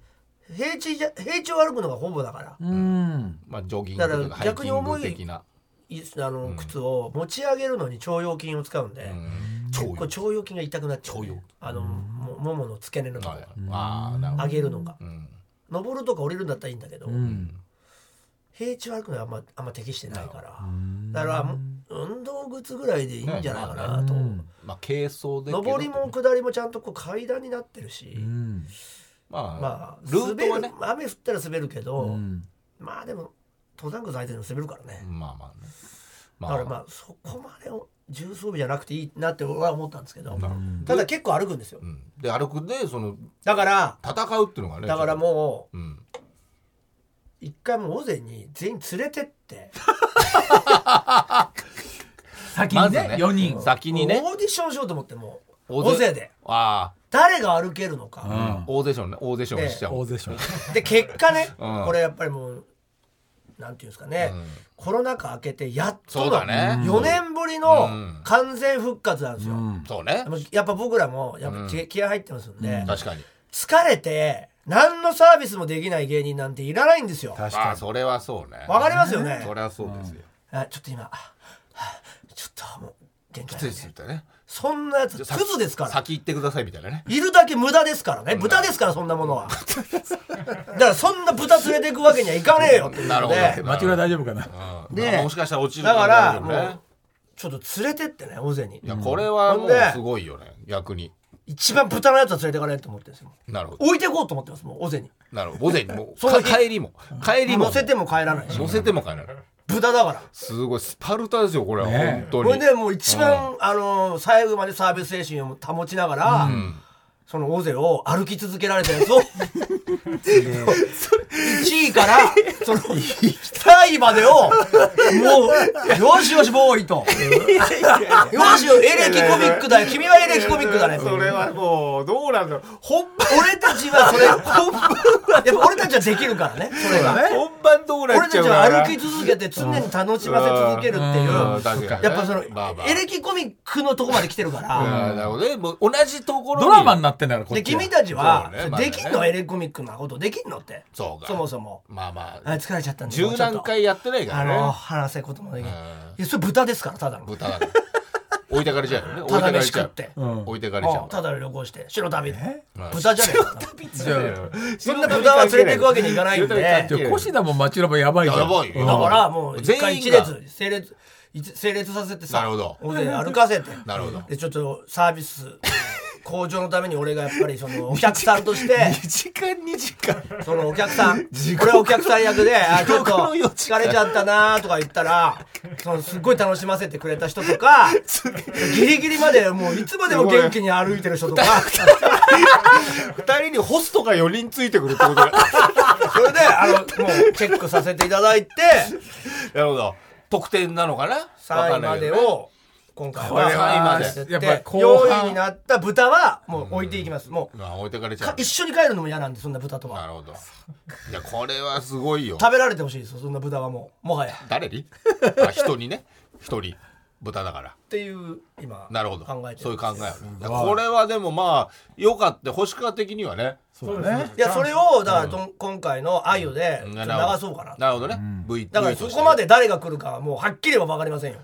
S3: 平地じゃ平地を歩くのがほぼだから、
S4: うん
S2: まあジョギングと
S3: だか
S2: からハイ
S3: 逆
S2: キ
S3: に
S2: ン
S3: 重
S2: グ
S3: い
S2: 的ない
S3: あの靴を持ち上げるのに腸腰筋を使うんで、
S2: 超
S3: こう腸腰筋が痛くなっちゃう、
S2: 腸腰
S3: あのもももの付け根のとこ、
S2: ああなるほ
S3: 上げるのが、
S2: どうん
S3: 登るとか降りるんだったらいいんだけど、平地を歩くのはあんまあんま適してないから、だからもう運動靴ぐらいでいいんじゃないかなと、
S2: まあ軽装でけど
S3: 上りも下りもちゃんとこう階段になってるし、
S4: うん
S2: ま
S3: ま
S2: あ
S3: あ
S2: ルートはね
S3: 滑る雨降ったら滑るけど、
S4: うん
S3: まあでも登山靴履いてるの滑るからね、
S2: まあまあねま
S3: だからまあそこまで重装備じゃなくていいなって俺は思ったんですけど、ただ結構歩くんですよ、
S2: うんで歩くでその
S3: だから
S2: 戦うっていうのがね
S3: だからもう
S2: う、うん、
S3: 一回もう尾瀬に全員連れてって
S4: 先
S2: ま
S4: に
S2: ず
S4: ね
S2: ね
S4: 4人
S2: *laughs* 先にね
S3: もうオーディションしようと思ってもう
S2: 大勢
S3: 尾瀬で
S2: あ
S3: 誰が歩けるのか、
S2: あオーディションねオーディションしちゃお
S4: 大
S2: う
S4: 勢しょ
S3: で結果ね、
S2: うん
S3: これやっぱりもうなんていうんですかね、コロナ禍明けてやっと
S2: そう
S3: の
S2: だね
S3: 4年ぶりの完全復活なんですよ、
S2: そうね
S3: でもやっぱ僕らもやっぱ気気合入ってますんで、
S2: 確かに
S3: 疲れて何のサービスもできない芸人なんていらないんですよ
S4: 確
S2: あ
S4: か
S2: あそれはそうね
S3: わかりますよね
S2: そりゃそうですよ
S3: あちょっと今あはあちょっともう限界
S2: き
S3: だ
S2: つい
S3: ね
S2: ですみたいなね
S3: そんなやつク
S2: 先
S3: ズですから
S2: 先行ってくださいみたいなね
S3: いるだけ無駄ですからね豚ですからそんなものはだからそんな豚連れていくわけにはいかねえよってい
S2: *laughs*
S3: う
S2: なるほ
S3: の
S2: ど
S4: に
S3: で
S4: 町浦大丈夫かな
S2: まあもしかしたら落ちる
S3: だか
S2: 大
S3: ら
S2: 丈夫
S3: も
S2: ね
S3: うちょっと連れてってね大勢に
S2: いやこれはも
S3: ほん
S2: う
S3: です
S2: ごいよね逆に
S3: 一番豚のやつは連れてかねえと思ってるんですよ
S2: なるほど
S3: 置いていこうと思ってますもう大勢に
S2: なるほど午前にも
S3: *laughs* そう
S2: か帰りも帰りも
S3: 乗せても帰らないし
S2: 乗せても帰らない
S3: 豚だから
S2: すごいスパルタですよこれは
S4: ね
S2: 本当
S3: これ
S2: に
S3: でもう一番、あの最後までサービス精神を保ちながら、その大勢を歩き続けられたやつを *laughs* 1位から、その、3位までを、もう、よしよし、ボーイと。よしよ、エレキコミックだよ。君はエレキコミックだね。
S2: それはもうどうなんだろう本番
S3: 俺たちはそれ、やっぱ俺たちはできるからね、それが。
S2: 本番どうな
S3: 俺
S2: っちゃ
S3: た
S2: う
S3: ち
S2: か
S3: は
S2: ら
S3: 歩き続けて常に楽しませ続けるっていう。
S2: うん確かにね
S3: やっぱその、
S2: まあまあ
S3: エレキコミックのとこまで来てるから、
S2: あーなるほどねもう同じところ
S4: ドラマに
S2: な
S4: なってんだからこっ
S3: で
S4: ちは
S3: 君たちは、
S2: そうねまだね
S3: できんのエレキコミックのことできんのって
S2: そうか
S3: もそも
S2: まあま
S3: あ
S2: あ
S3: 疲れちゃったんで
S2: 十何回やってないか
S3: あ
S2: らね
S3: の話せこともできない
S2: うん
S3: いやそれ豚ですからただの
S2: 豚だから置いてかれちゃうよね置
S3: *laughs* た
S2: いて
S3: だ
S2: かれ
S3: 飯
S2: ち
S3: 食
S2: ゃ
S3: っ
S2: う
S3: て
S4: うん
S2: 置いてかれちゃ
S3: うん
S2: う
S3: ただで旅行して白旅で
S2: うん
S3: 豚じゃねえか
S4: じゃあ
S3: そんな豚は連れていくわけにいかないんで
S2: 白
S4: じ
S2: 旅
S4: ゃあコシダも町ラバやばいじゃん
S2: やばいよ
S4: うん
S3: だからもう一
S2: 全
S3: 回
S2: 員
S3: 一
S2: が
S3: 列整列一整列させてさ
S2: なるほど
S3: 俺歩かせて
S2: なるほど
S3: でちょっとサービス向上のために俺がやっぱりそのお客さんとし
S2: *laughs*
S3: て
S2: 2時間2時間
S3: そのお客さん、俺はお客さん役で、あちょっと
S2: 地獄の四時
S3: 疲れちゃったなとか言ったら、そのすっごい楽しませてくれた人とか、ギリギリまでもういつまでも元気に歩いてる人とか、
S2: 2人にホストが4人ついてくるってこと
S3: *laughs*
S2: だ
S3: それで、あの、もうチェックさせていただいて、
S2: なるほど得点なのかなわ
S3: 3
S2: か
S3: 位
S2: んな
S3: ま
S2: いけ
S3: で
S2: ど
S3: を、今回は
S2: これは今で
S3: 回して
S4: やっぱ
S3: って、
S4: 後半
S3: 4位になった豚はもう置いていきます。もう、
S2: あ置いてかれちゃ
S3: か
S2: う
S3: 一緒に帰るのも嫌なんで、そんな豚と
S2: な
S3: は。
S2: るほどいやこれはすごいよ
S3: 食べられてほしいですよ、そんな豚はもう、もはや。っ
S2: 誰にあ人にね一人豚だから
S3: ていう、今、
S2: なるほど
S3: 考えて
S2: そういう考えをね
S4: ごい
S2: これはでもまあよかった星川的にはね
S4: そうだね
S3: いやそれをだからとん、今回の「あゆ」でちょっと流そうかな、
S2: なるほどね、V
S3: だからそこまで誰が来るかはもうはっきりは分かりませんよ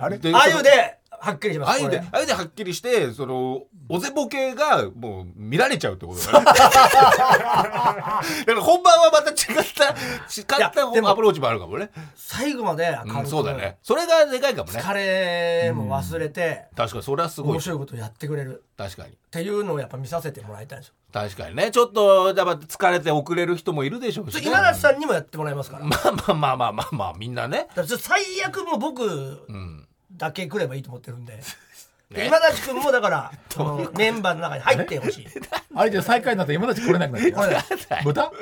S2: あれ
S3: 「あゆ」ではっきりします
S2: あゆで
S3: これ
S2: あゆではっきりしてそのおぜぼけがもう見られちゃうってこと *laughs* だねだから本番はまた違った違っ
S3: いやでも
S2: たアプローチもあるかもね、
S3: 最後まで明
S2: う
S3: る
S2: ん、
S3: く
S2: そうだねそれがでかいかもね
S3: 疲れも忘れて、
S2: 確かにそれはすごい
S3: 面白いことやってくれる
S2: 確かに
S3: っていうのをやっぱ見させてもらいたいんですよ
S2: 確かにねちょっとやっぱ疲れて遅れる人もいるでしょうし、
S3: そ
S2: ね、
S3: れ今田さんにもやってもらいますか
S2: *laughs*
S3: ら,、
S2: まあまあまあまあまあまあみんなね
S3: 最悪もう僕
S2: うん
S3: だけ来ればいいと思ってるんで。
S2: ね
S3: 今立君も
S2: *laughs*
S3: だからそのメンバーの中に入ってほしい
S4: あれじゃ最下位になったら今たち来れなくなっちゃう豚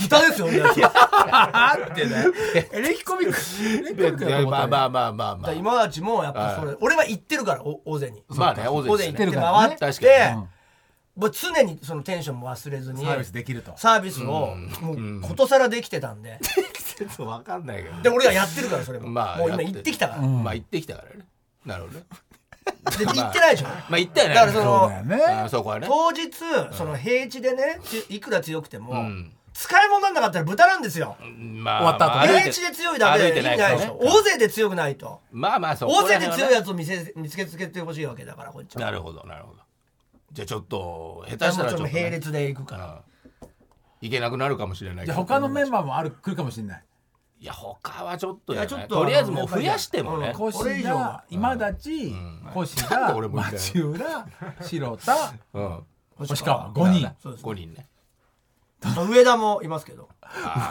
S3: 豚ですよねだってだか
S4: あーってねエレキコミックエレキコミックだと思った
S2: まあ
S4: ら
S2: まあまあまあま
S3: ら
S2: あ
S3: 今立もやっぱそれ俺は行ってるからお大勢に
S2: まあね大勢
S3: 大勢
S2: で
S3: に
S2: す
S3: 行っ
S2: ね
S3: て回って
S2: 確かに
S3: もう常にそのテンションも忘れずに
S4: サービスできると
S3: サービスをもうことさらできてたんで
S2: ちょっとわかんないけど
S3: で俺がやってるからそれもも
S2: まあ
S3: う今
S2: やっ
S3: 行
S2: て
S3: ってきたから
S2: まあ行ってきたからねなるほどね
S3: で行ってないでしょ
S2: まあ行ったよね
S3: だからその
S4: そうだよね
S2: あそこはね
S3: 当日その平地でねちいくら強くても
S2: ん
S3: 使い物になんなかったら豚なんですよ
S2: まあ
S4: 終わった後
S2: まあ
S4: ね
S2: 歩い
S3: 平
S2: て
S3: 地で強いだけで
S2: 歩い
S3: 意
S2: て
S3: 味
S2: ない
S3: な
S2: か
S3: い
S2: ら
S3: で
S2: ね
S3: しょ大勢で強くないと
S2: まあまあそこ
S3: 大勢
S2: ら
S3: で
S2: 辺はね
S3: 強いやつを見せ見つけつけてほしいわけだからこっちは
S2: なるほどなるほどじゃあちょっと下手
S3: もう
S2: し
S3: ち
S2: た
S3: ょ
S2: らちょ
S3: っ
S2: っと
S3: と
S2: ね
S3: 並列で行くから
S2: うんいけなくなるかもしれない
S4: じ
S2: け
S4: ゃあ
S2: ど
S4: 他のメンバーもある来るかもしれない
S2: いや他はちょっとや
S3: い
S2: な
S3: やち
S2: い
S3: ょっと
S2: とりあえずもう増やしてもね
S3: うん
S4: コシ
S3: これ以上は
S4: ダ今立ちコシ
S2: なんで
S4: ダ
S2: 俺もいない
S4: 町浦白田
S2: うん
S4: 星川5人
S3: そうです
S2: 5人ね
S3: 上田もいますけど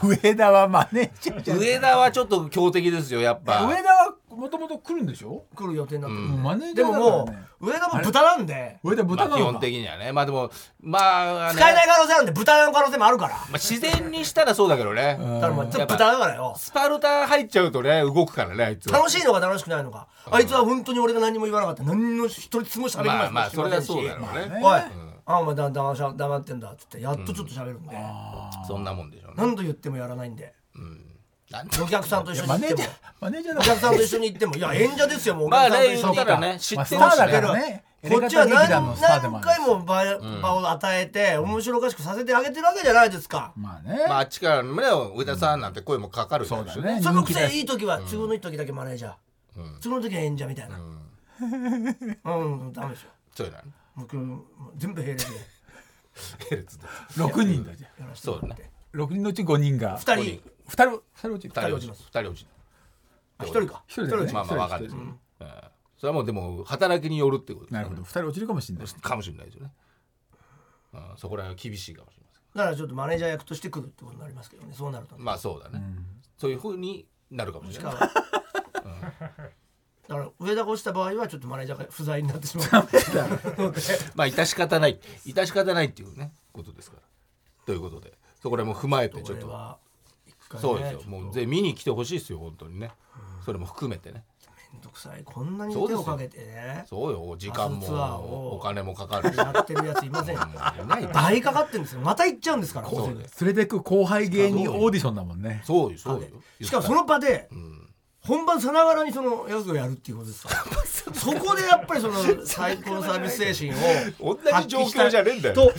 S4: 上田はマネージャーじゃん
S2: 上田はちょっと強敵ですよやっぱ
S4: 上田はもともと来るんでしょ
S3: 来る予定になってる
S4: もうマネージ
S3: で
S4: ャー
S3: も
S4: だから
S3: も
S4: ね
S3: う上田も豚なんで
S4: 上田
S2: ま
S4: 豚
S2: あ
S4: な
S2: 基
S4: の
S2: 本
S4: か
S2: 的にはねまあでもまあね
S3: 使えない可能性あるんで豚の可能性もあるから
S2: まあ自然にしたらそうだけどね
S3: だからまあちょっと豚だからよ
S2: スパルタ入っちゃうとね動くからねあいつは
S3: 楽しいのか楽しくないのかあいつは本当に俺が何も言わなかった何の一人つも喋り
S2: ま
S3: ま
S2: あ
S3: せん
S2: まあそれはそうだろう
S3: し
S2: ね
S3: おいあお前だだだ黙ってんだっつってやっとちょっと喋るんで
S2: そんなもんでしょうね
S3: 何度言ってもやらないんで
S2: なん
S3: お客さんと一緒に行
S4: マ
S3: っ
S4: ネ
S3: ても
S4: ージャーマネージャ
S3: お
S4: ーだから
S3: 客さんと一緒に行ってもいや演者ですよもうお
S2: まあ
S3: 客さんと
S2: ね言
S3: 一緒に
S2: ったらね知
S4: まあ
S2: って
S4: ス
S2: る
S4: タ
S2: し
S4: ーだ
S2: ね
S4: からね
S3: こっちは
S4: エレガタ劇団の
S3: 何
S4: スターでも
S3: 何
S4: ある
S3: 回
S4: し
S3: も場場を与えて面白おかしくさせてあげてるわけじゃないですか
S4: まあ
S2: まああ
S4: ね
S2: っちからね上田さんなんて声もかかる
S4: そう
S2: で
S4: だ
S2: しょ
S4: ね
S3: そのく
S4: 人気
S3: せ
S4: だ
S3: いい時は都合のいい時だけマネージャー都合のいい時は演者みたいなうんダメですよ
S2: そうだね
S3: 僕全部並列で
S2: 並列で
S4: 6人だじゃん
S3: やらせて
S2: そ
S3: も
S2: う
S3: ら
S2: だ
S3: っ
S2: ね
S3: て
S4: 6人のうち5人が
S3: 2
S2: 5
S3: 人
S2: 人
S4: 2人2人落ち
S2: 2人落ち
S3: ます
S2: 2人落ち
S3: 1人か
S4: 一人だよね
S2: まあまあわかる
S4: 一
S2: で
S4: 人
S2: すよ
S4: 一人
S2: ねうんそれはもうでも働きによるってことですね
S4: なるほど2人落ちるかもしれない
S2: かもしれないですよねうんそこら辺は厳しいかもしれません
S3: だからちょっとマネージャー役として来るってことになりますけどねそうなると
S2: まあそうだねそういうふうになるかもし
S3: し
S2: れ
S3: か
S2: ない
S3: もだから上田が落ちた場合はちょっとマネージャーが不在になってしまう
S2: まあ致し方ない致し方ないっていうねことですからということでそこら辺も踏まえてちょっ
S3: ことれは一回ね
S2: そうですよ
S3: ちょっと
S2: もうぜひ見に来てほしいですよ本当にねそれも含めてね
S3: めんどくさいこんなに
S2: そうです
S3: 手
S2: よ
S3: をかけてね
S2: そうよ時間
S3: バスツアーを
S2: もお金もかかるし
S3: やってるやついません
S2: もううまいね
S3: 倍かかってるんですよまた行っちゃうんですから
S2: そう
S3: ここ
S4: 連れてく後輩芸人オーディションだもんね
S2: そうよそう
S3: で
S2: よ
S3: しかもその場で本番さながらにそのやつをやるっていうことですからそこでやっぱりその最高のサービス精神を
S2: 同じ状況じゃねえんだよ
S3: と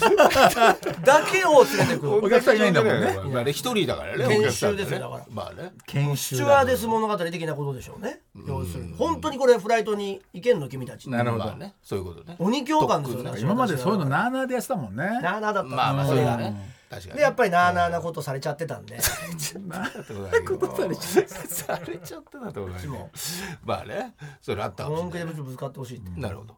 S3: だけを連れてくる
S2: *laughs*
S4: お客さんいないんだもんね
S2: まあね一人だからねお
S3: 研
S2: 客さんがね
S3: 修ですよだから
S2: まあね
S4: 研
S3: ス
S4: 修
S3: チュ
S4: だ
S3: ワーデス物語的なことでしょうね要するに本当にこれフライトに行けんの君たち
S4: なるほど
S2: まあねそういうことね
S3: 鬼教官ですよね
S4: 今までそういうのなあなあでやってたもんね
S3: なあなあだった
S2: まあまあ
S3: そ
S2: そう
S3: れ
S2: だ
S3: が
S2: ね確かに
S3: でやっぱりなあなあなことされちゃってたんで
S2: ことされちゃったされちゃったなってことない
S3: も
S2: まあねそれあったかもしれ
S3: 文
S2: ない
S3: 句でぶつぶつかってほしいって
S2: なるほど。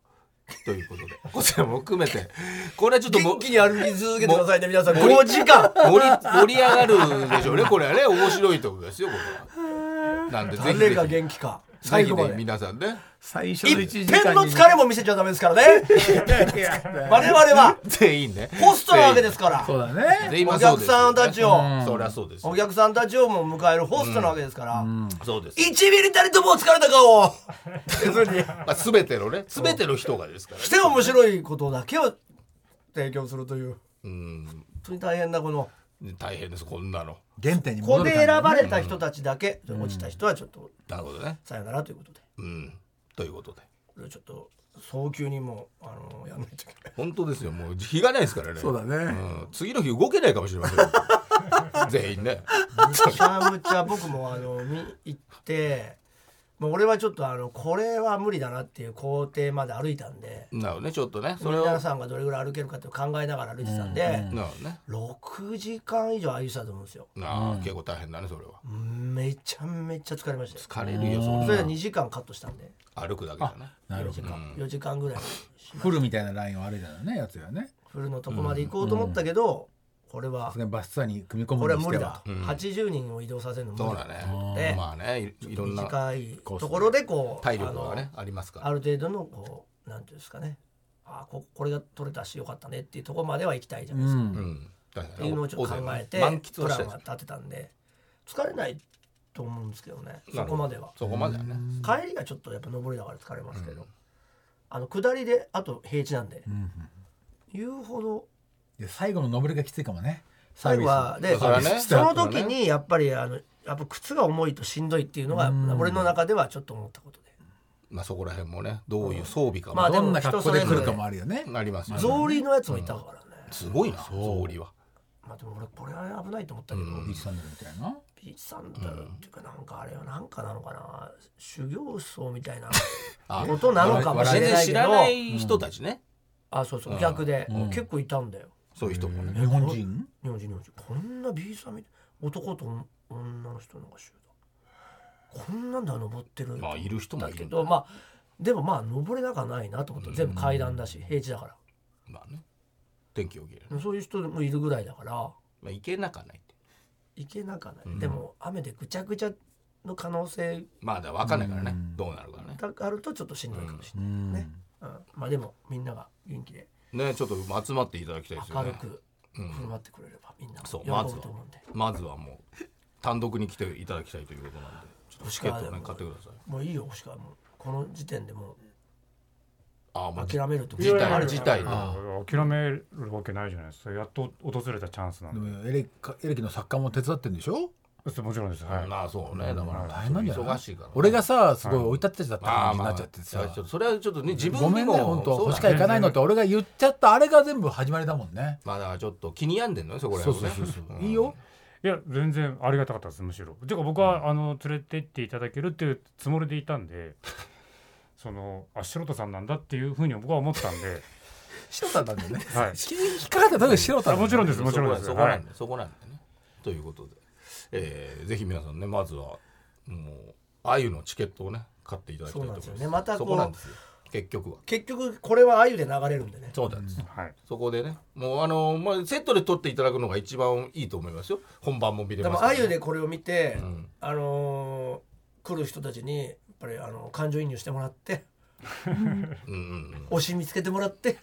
S2: ということで、こちらも含めて、これはちょっとも
S3: 元気に歩き続けてくださいね皆さん
S2: も
S3: 5時間
S2: 盛り盛り上がるでしょうね、これはね、面白いところですよ、これは。なんで、ぜひ
S3: 誰が
S2: ぜ
S3: 元気か
S2: ひ、
S3: 最
S2: ぜひ
S3: 後ま
S2: ね、
S3: で
S2: 皆さんね、
S4: 最初の1時
S3: 一
S4: 間
S3: 点の
S4: に
S3: 疲れも見せちゃダメですから
S4: *laughs*
S3: ね
S4: いや
S3: 我々は
S2: 全員ね。
S3: ホストなわけです
S4: *laughs*
S3: から
S4: そうだね
S2: 全員。全員
S3: お
S2: はそう
S3: 客
S2: です
S3: さんたち
S2: を。
S3: を
S2: そりゃそうですよ
S3: お。客さんたちをも迎えるホストなわけですから
S2: そうです。
S3: 1ミリたりとも疲れた顔
S4: *laughs*
S3: を別に
S2: まあ、すべてのね、すべての人がですからね
S3: 来。て面白いことだけを提供するという
S2: うん、
S3: 本当に大変なこの
S2: 大変です、こんなの。
S4: 原点に
S3: ここ
S4: 戻る
S3: で
S4: ため
S3: 選
S4: にね
S3: ばれた人たちだけ落ちた人はちょっと
S2: なるほどね。
S3: さよならということで
S2: うん、ということで。
S3: これをちょっと早急にもうあのやんないといけない
S2: 本当ですよ、もう日がないですからね。
S4: そうだね
S2: うん、次の日動けないかもしれませんよ。 *laughs* 全員ね。
S3: むちゃむちゃ僕もあの見行ってもう俺はちょっとあのこれは無理だなっていう工程まで歩いたんで
S2: なるほどね、ちょっとね、それを。
S3: 皆さんがどれぐらい歩けるかって考えながら歩いてたんで、
S2: なるほどね。
S3: 6時間以上歩いてたと思うんですよ
S2: なあ、結構大変だね、それは。
S3: めちゃめちゃ疲れましたよ
S2: 疲れるよ、そん
S3: それで
S2: な
S3: 2時間カットしたんで
S2: 歩くだけだね。
S4: なるほ
S3: 時
S4: ど
S3: 間4時間ぐらい
S4: フルみたいなラインをあれだよねやつやね
S3: フルのとこまで行こうと思ったけど、これは
S4: さすがにバスツアーに組み込
S3: こ
S4: む
S3: れは
S4: にし
S3: 無
S4: て
S3: 理
S4: は
S3: だ、と80人を移動させるの
S2: そう
S3: 無理
S2: だ
S3: だ
S2: ね。
S3: うん
S2: まあね、いいろんな
S3: 短いところでこう
S2: 体力がね、あります
S3: あ
S2: か
S3: の
S2: ら。
S3: ある程度のこうなんていうんですかねあここれが取れたしよかったねっていうところまでは行きたいじゃないですか、っ
S2: うん。確
S3: て
S2: か
S3: い
S2: に
S3: うのをちょっと考えて、
S2: 大勢満喫
S3: プ
S2: をし
S3: ラン
S2: たい
S3: は
S2: です
S3: 立てたんで疲れないと思うんですけどね
S2: な
S3: そ
S2: るほど
S3: こまでは
S2: そこまでだね。
S3: 帰りがちょっとやっぱ上りだから疲れますけど、あの下りであと平地なんで、言うほど
S4: いや最後の登りがきついかもねサー
S3: 最
S4: ビ
S3: 後
S4: ス
S3: はで
S2: だからね
S3: その時にやっぱりあのやっぱ靴が重いとしんどいっていうのが俺の中ではちょっと思ったことで
S2: まあそこら辺もね、どういう装備か
S3: まあ
S2: も
S3: で
S4: ど
S3: も
S4: んな
S3: 人
S4: 格
S3: そ
S4: 好
S3: れ
S4: で
S3: ぞ
S4: 来
S3: れ
S4: るかもあるよね
S2: ありますよ
S3: 草履のやつもいたからね、
S2: すごいな、総理は。
S3: まあでも俺これは危ないと思ったけど、
S4: ビーチサンダルみたいな
S3: ビーチサンダルっていうかなんかあれはなんかなのかな修行僧みた *laughs* いな
S2: あ
S3: ことなのかもしれないけ
S2: 全然知
S3: ど
S2: らない人たちね。
S3: あそうそう逆で、結構いたんだよ
S2: そういう人もね。
S4: 日本人
S3: 日本人日本人こんなビーチサンダル男と女の人のが集団こんなんだ登ってる
S2: まあいる人も
S3: だ
S2: い
S3: け
S2: るん
S3: どまあでもまあ登れなくはないなと思って全部階段だし平地だか
S2: まあね。天気を受ける。
S3: らそういう人もいるぐらいだから
S2: まあ行けなかないって。
S3: 行けなかない、でも雨でぐちゃぐちゃの可能性
S2: まあだから分かんないからね。どうなるかね。
S3: があるとちょっとしんどいかもしれないね、うんまあでもみんなが元気で
S2: ね、ちょっと集まっていただきたいです
S3: 明
S2: よ
S3: る
S2: ね。
S3: く振る舞ってくれればみんな喜
S2: そ
S3: ぶ
S2: うまずは
S3: と思うんで、
S2: まずはもう単独に来ていただきたいということなんでちょっとチケットね買ってください
S3: もういいよ星川もうこの時点でも
S2: ああも
S3: う
S2: う
S3: 諦めると
S2: 自体
S3: あれ
S2: 自体で
S5: 諦めるわけないじゃないですかやっと訪れたチャンスなん
S4: で
S5: で
S4: もエレカエレキの作家も手伝ってんでしょ
S5: そうもちろんですはい
S2: まあそうねだから
S4: 大変なんじゃない
S2: 忙しいから
S4: 俺がさすごい追い立てちゃった
S2: ああ
S4: 感じ
S2: ま
S4: に
S2: あ
S4: なっちゃって
S2: いや
S4: さ
S2: ちょっとそれはちょっとね自分
S4: ごめ
S2: に
S4: ん
S2: も
S4: ね本当
S2: そうだ
S4: 星川
S2: ね
S4: 行かないのって俺が言っちゃったあれが全部始まりだもんね
S2: まあだからちょっと気に病んでんのねそこら
S4: そう
S2: 辺
S4: そ
S2: を
S4: う
S2: ね
S4: そうそういいよ
S5: いや全然ありがたかったですむしろてか僕はあの連れてっていただけるっていうつもりでいた
S2: *laughs*
S5: んでそのあ素人さんなんだっていうふうに僕は思った
S2: *laughs*
S5: んで
S4: 白田なんだよね
S5: はい
S4: 引っかかった時白田
S5: あもちろんです
S2: そ
S5: もちろん
S2: こ
S5: です
S2: そこ
S5: は
S2: なん
S5: い
S2: でそこなんでねということでえーぜひ皆さんねまずはもうあゆのチケットをね買っていただきたいと思います
S3: そうなんですよねまたこ
S2: そ
S3: う
S2: こなんですよ結局は
S3: 結局これは鮎で流れるんでね
S2: そうなんです
S5: はい
S2: そこでね、もうあのまあセットで撮っていただくのが一番いいと思いますよ。本番も見れ
S3: で
S2: ます
S3: も
S2: から、
S3: あゆでこれを見て、
S2: ん
S3: あのー来る人たちにやっぱりあの感情移入してもらって推し見つけてもらって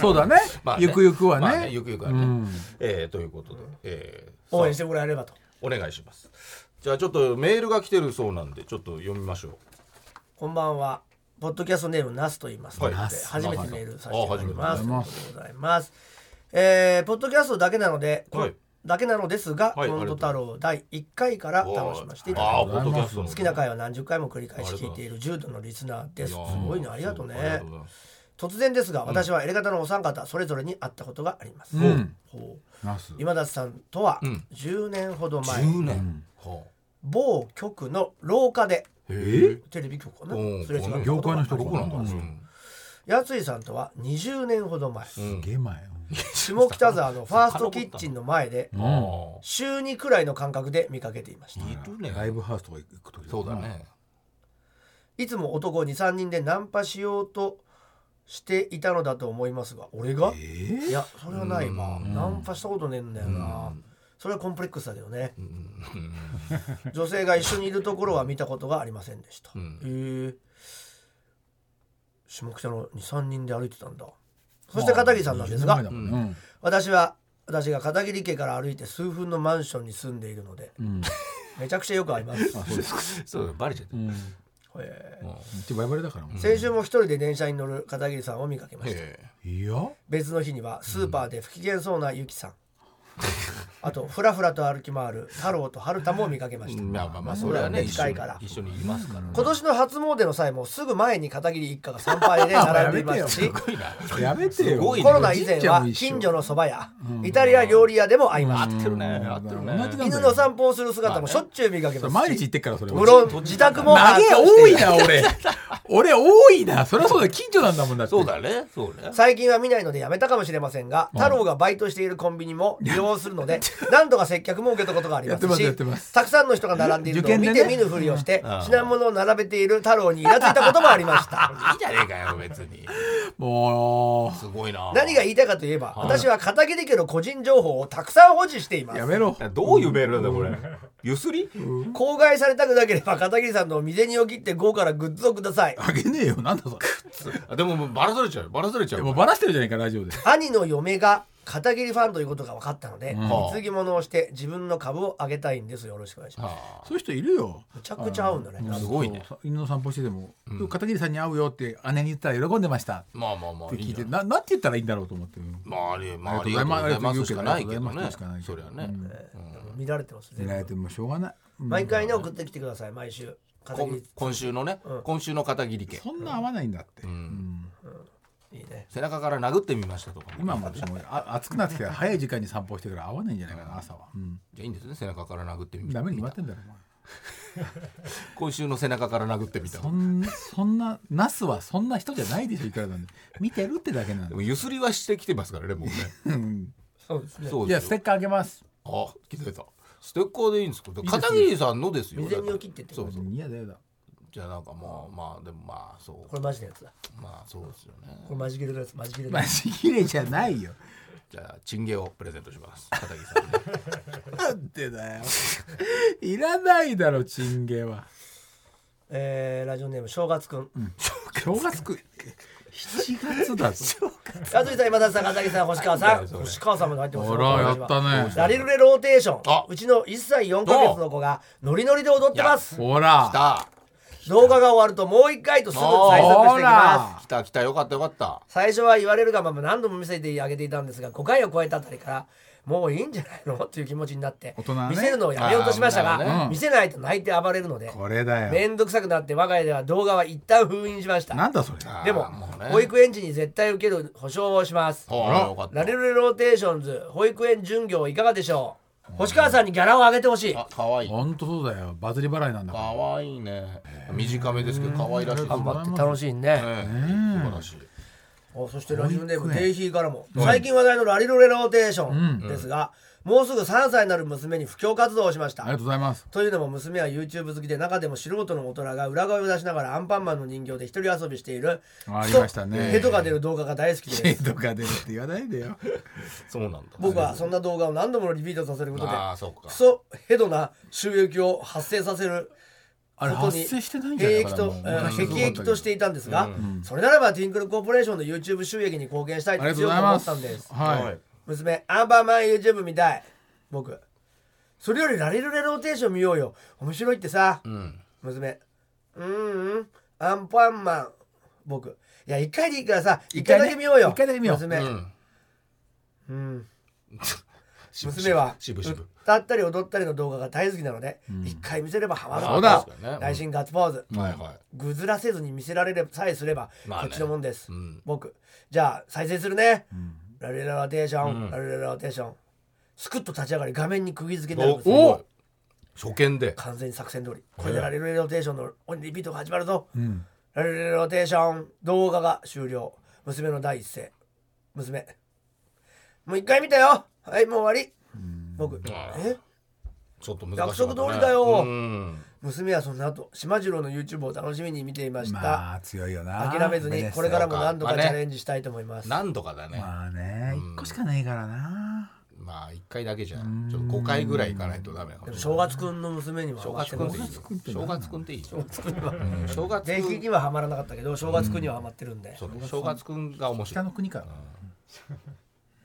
S4: そうだね
S2: まあ。ね
S4: ゆくゆくは
S2: まあね、
S4: ね。
S2: ゆくゆくはね、えーということで、えー
S3: 応援してもらえればと
S2: お願いしますじゃあちょっとメールが来てるそうなんでちょっと読みましょう
S3: こんばんは。ポッドキャストネームナスと言います。
S2: はい
S3: 初
S2: ナ
S4: ス
S3: めてメールさせていただきます。
S4: あ初
S3: とい
S4: めて
S3: うことでございます。えーポッドキャストだけなので、こ
S2: はい
S3: だけなのですが、
S2: はい
S3: コント太郎第1回から楽しませていただき
S2: あ
S3: ま
S2: あポッドキャストの
S3: す。好きな回は何十回も繰り返し聞いている重度のリスナーです。すごいね、ありがとう
S2: ありが
S3: ね
S2: とう。ございます
S3: 突然ですが、私はエレガタのお三方それぞれに会ったことがあります。
S4: ん
S3: ほう
S4: ナス
S3: 今田さんとは
S2: うん
S3: 10年ほど前、
S2: 10年、は
S3: 某局の廊下で
S2: あ、え
S3: テレビ局かな
S2: うん
S3: すれ違ったことが
S4: 業界の人
S2: どこなんだろう、う
S4: うん
S3: やついさんとは20年ほど前
S2: うん
S4: ゲマよ。
S3: 下北沢のファーストキッチンの前で
S4: うん
S2: あ
S3: 週2くらいの間隔で見かけていました
S2: あいるね
S4: ライブハウスとか行くとき
S2: そうだ。ね、
S3: いつも男23人でナンパしようとしていたのだと思いますが俺が、いやそれはないわナンパしたことねえんだよなそれはコンプレックスだけどね女性が一緒にいるところは見たことがありませんでした、
S2: ん
S3: へえ下北の23人で歩いてたんだそして片桐さんなんですが、
S4: 20年前だもんね
S3: 私は私が片桐家から歩いて数分のマンションに住んでいるので、
S4: ん
S3: めちゃくちゃよく会い
S4: *laughs*
S3: ます
S2: *laughs* そうバレちゃった、
S4: う
S3: へ
S4: ん。うちバリバリだからもう
S3: ー先週も一人で電車に乗る片桐さんを見かけました
S2: え
S4: いや。
S3: 別の日にはスーパーで不機嫌そうなゆきさん、あとふらふらと歩き回る太郎と春太も見かけま
S2: え
S3: した、
S2: まあまあまあそれはね
S3: うん
S2: 一緒に
S3: 近いから
S2: 一緒にいますから、
S3: 今年の初詣の際もすぐ前に片桐一家が参拝
S4: *laughs*
S3: で並んでいましたし
S2: すごいな
S4: やめて
S2: す
S4: よ。
S2: ごいね
S3: コロナ以前
S4: ちっちゃい
S3: は
S4: も一緒
S3: 近所のそば屋、イタリア料理屋でも会いました、
S2: 合ってるね合ってる
S4: 同じ
S2: ね
S4: だ
S3: 犬の散歩をする姿もしょっちゅう見かけ
S4: そ
S3: ま
S4: れ
S3: す
S4: 毎日行ってっからそれは。
S3: 無論自宅も
S4: 長え
S3: 把握している
S4: 多いな俺。俺多いな。そりゃそうだ近所なんだもんだって。
S2: そうだねそうね
S3: *laughs* 最近は見ないのでやめたかもしれませんが太郎がバイトしているコンビニも利用するの
S4: *laughs*
S3: で何度か接客も受けたことがあります
S4: やってますや
S3: し
S4: ってます
S3: たくさんの人が並んでいるのを
S4: 受
S3: 見
S4: 験で
S3: て
S4: ね
S3: 見ぬふりをして品物を並べている太郎にイラついたこともありまし
S4: *laughs*
S3: た
S2: いいじゃねえかよ別に
S4: も
S2: すごいな
S3: 何が言いたいかといえば私は片桐家の個人情報をたくさん保持していま
S4: う
S3: す
S4: やめろ。
S2: どういうメールなんだこれゆすり
S3: 公害されたくなければ片桐さんの身銭を切って豪華なグッズをください
S4: あげねえよなんだそれ。
S2: あでももうバラされちゃうよバラされちゃ
S4: で
S2: う
S4: も
S2: よ
S4: バラしてるじゃないかラジオで。
S3: 兄の嫁が片桐ファンということが分かったので
S2: ん
S3: 貢ぎ物をして自分の株を上げたいんですよろしくお願いします
S2: あ
S4: そういう人いるよ。
S3: むちゃくちゃ合うんだね
S2: すごいね
S4: そう。犬の散歩してても、片桐さんに会うよって姉に言ったら喜んでました。
S2: ーまあまあまあ
S4: って聞い
S2: じゃ
S4: て、
S2: ん
S4: ななんて言ったらいいんだろうと思って。
S2: まああれまあ
S4: あ
S2: あり
S4: り
S2: が
S4: が
S2: とう
S4: とう
S2: ございま
S4: ございますす
S2: しかないけど
S4: ありがとうござい
S2: ね
S4: ますしかないけ
S2: そ
S4: ど
S2: りゃね
S3: 見られてますね
S4: 見られてもしょうがない。うん
S3: 毎回ね送ってきてください毎週片
S2: こ
S3: 桐
S2: ん今週のね今週の片桐家
S4: そんな合わないんだって。
S3: いいね
S2: 背中から殴ってみましたとか
S4: 今も私もあ暑くなってきたら早い時間に散歩してるから合わないんじゃないかな朝は。うん
S2: じゃあいいんですね背中から殴ってみ
S4: ダ
S2: た
S4: メに決まってんだろ。お前
S2: 今週の背中から殴ってみた
S4: そんそんなナスはそんな人じゃないでしょいくらなんで見てるってだけなん
S2: で
S4: で
S2: もゆすりはしてきてますからねもうね
S3: そうですね
S2: *laughs* そう
S4: いや
S2: です
S4: ステ
S2: よ
S4: ッカーあげます
S2: あ気づいたステッカーでいいんですか片桐さんのですよ
S3: 水にを切ってって
S2: そうそう
S4: いやだやだ
S2: じゃあなんかまあまあでもまあそ
S3: これマジのやつだ
S2: うまあそうですよね
S3: これマジ切れのやつマジ切れの
S4: マ
S3: やつ
S4: ジ綺麗じゃないよ
S2: じゃあチンゲをプレゼントします片桐さんね
S4: なんでだよいらないだろチンゲは
S3: えーラジオネーム正月くん
S4: 正月く7月だぞ
S3: やついさん今田さん片桐さん星川
S2: なんだ
S3: さん
S2: よそれ
S3: 星川さんも入ってますよ
S4: ね
S3: ラリルレローテーショ
S2: あ
S3: ンうちの1歳4ヶ月の子がノリノリで踊ってます
S4: ほら
S2: あ
S3: 動画が終わるともう一回とすぐ対策していきます
S2: 来た来たよかったよかった
S3: 最初は言われるがまま何度も見せてあげていたんですが5回を超えたあたりからもういいんじゃないのという気持ちになって
S4: 大人ね
S3: 見せるのをやめようとしました
S2: あーなる
S4: ほど
S3: が、
S4: ねうん
S3: 見せないと泣いて暴れるので
S4: これだよ
S3: 面倒くさくなって我が家では動画は一旦封印しました
S4: なんだそれ
S2: あー
S3: でも
S2: もうね
S3: 保育園児に絶対受ける保証をします
S2: ほらよかった
S3: ラレルレローテーションズ保育園巡業いかがでしょう星川さんにギャラを上げてほしい
S2: あ可愛い
S4: ほんとそうだよバズり払いなんだか
S2: 可愛いね短めですけど可愛らしい
S3: 頑張
S2: っ
S3: って楽しいね、
S2: て素晴らしい
S3: おそしてラジオネーム
S4: 保育園
S3: デイヒーからも最近話題のラリロレローテーションですが、もうすぐ3歳になる娘に布教活動をしました
S4: らありがとうございます
S3: というのも娘は YouTube 好きで中でも素人の大人が裏声を出しながらアンパンマンの人形で一人遊びしている
S4: ありましたね
S3: クソヘドが出る動画が大好き
S4: 手
S3: です
S4: とか出るって言わないでよ
S2: そうなんだ
S3: 僕はそんな動画を何度もリピートさせることで
S2: ああそうか
S3: クソヘドな収益を発生させる
S4: あれ
S3: ことに
S4: 発生してないんじゃな
S3: 兵
S4: いか
S3: 役
S4: な
S3: と
S4: もう
S3: えー
S4: 昔の
S3: 辟易としていたんですが、それならばティンクルコーポレーションの YouTube 収益に貢献したい
S4: あり
S3: と強
S4: がとう
S3: く
S4: ござい
S3: 思
S4: ま
S3: ったんです
S4: すはい
S3: 娘アンバーマン YouTube 見たい僕それよりラリルレローテーション見ようよ面白いってさ、娘うーんアンパンマン僕いや一回でいいからさ一回だけ見ようよ
S4: 一回ね一回だけ見よう
S3: 娘、
S2: うん
S3: 娘は
S2: 渋々
S3: 歌ったり踊ったりの動画が大好きなので一、回見せればハマる
S2: そうだ
S3: そうだ内心ガッツポーズ、
S2: はいはい
S3: ぐずらせずに見せられればさえすれば、
S2: まあね
S3: こっちのもんです、
S2: うん
S3: 僕じゃあ再生するね、ラリラローテーション、ラリラローテーションスクッと立ち上がり画面に釘付けになるんですよ
S2: おお初見で
S3: 完全に作戦通りこれでラリルレローテーションのリピートが始まるぞ、ラリルレローテーション動画が終了娘の第一声娘もう一回見たよはいもう終わり僕え
S2: ちょっと難しい、
S3: 約束通りだよ
S2: うん
S3: 娘はその後島次郎の YouTube を楽しみに見ていました、
S4: まあ強いよな
S3: 諦めずにこれからも何度か
S2: まあ
S3: チ
S2: ね
S3: ャレンジしたいと思います、
S2: 何度かだね
S4: まあね一個しかないからな
S2: まあ一回だけじゃちょっと5回ぐらい行かないとダメかもしれ
S3: 正
S2: ない
S3: 月くんの娘には
S2: 正月くんでいいよ正月くんでいいようん正月
S3: 全域にはハマらなかったけど正月くんにはハマってるんで、
S2: そうね正月くんが面白
S4: 北
S2: い
S4: の国から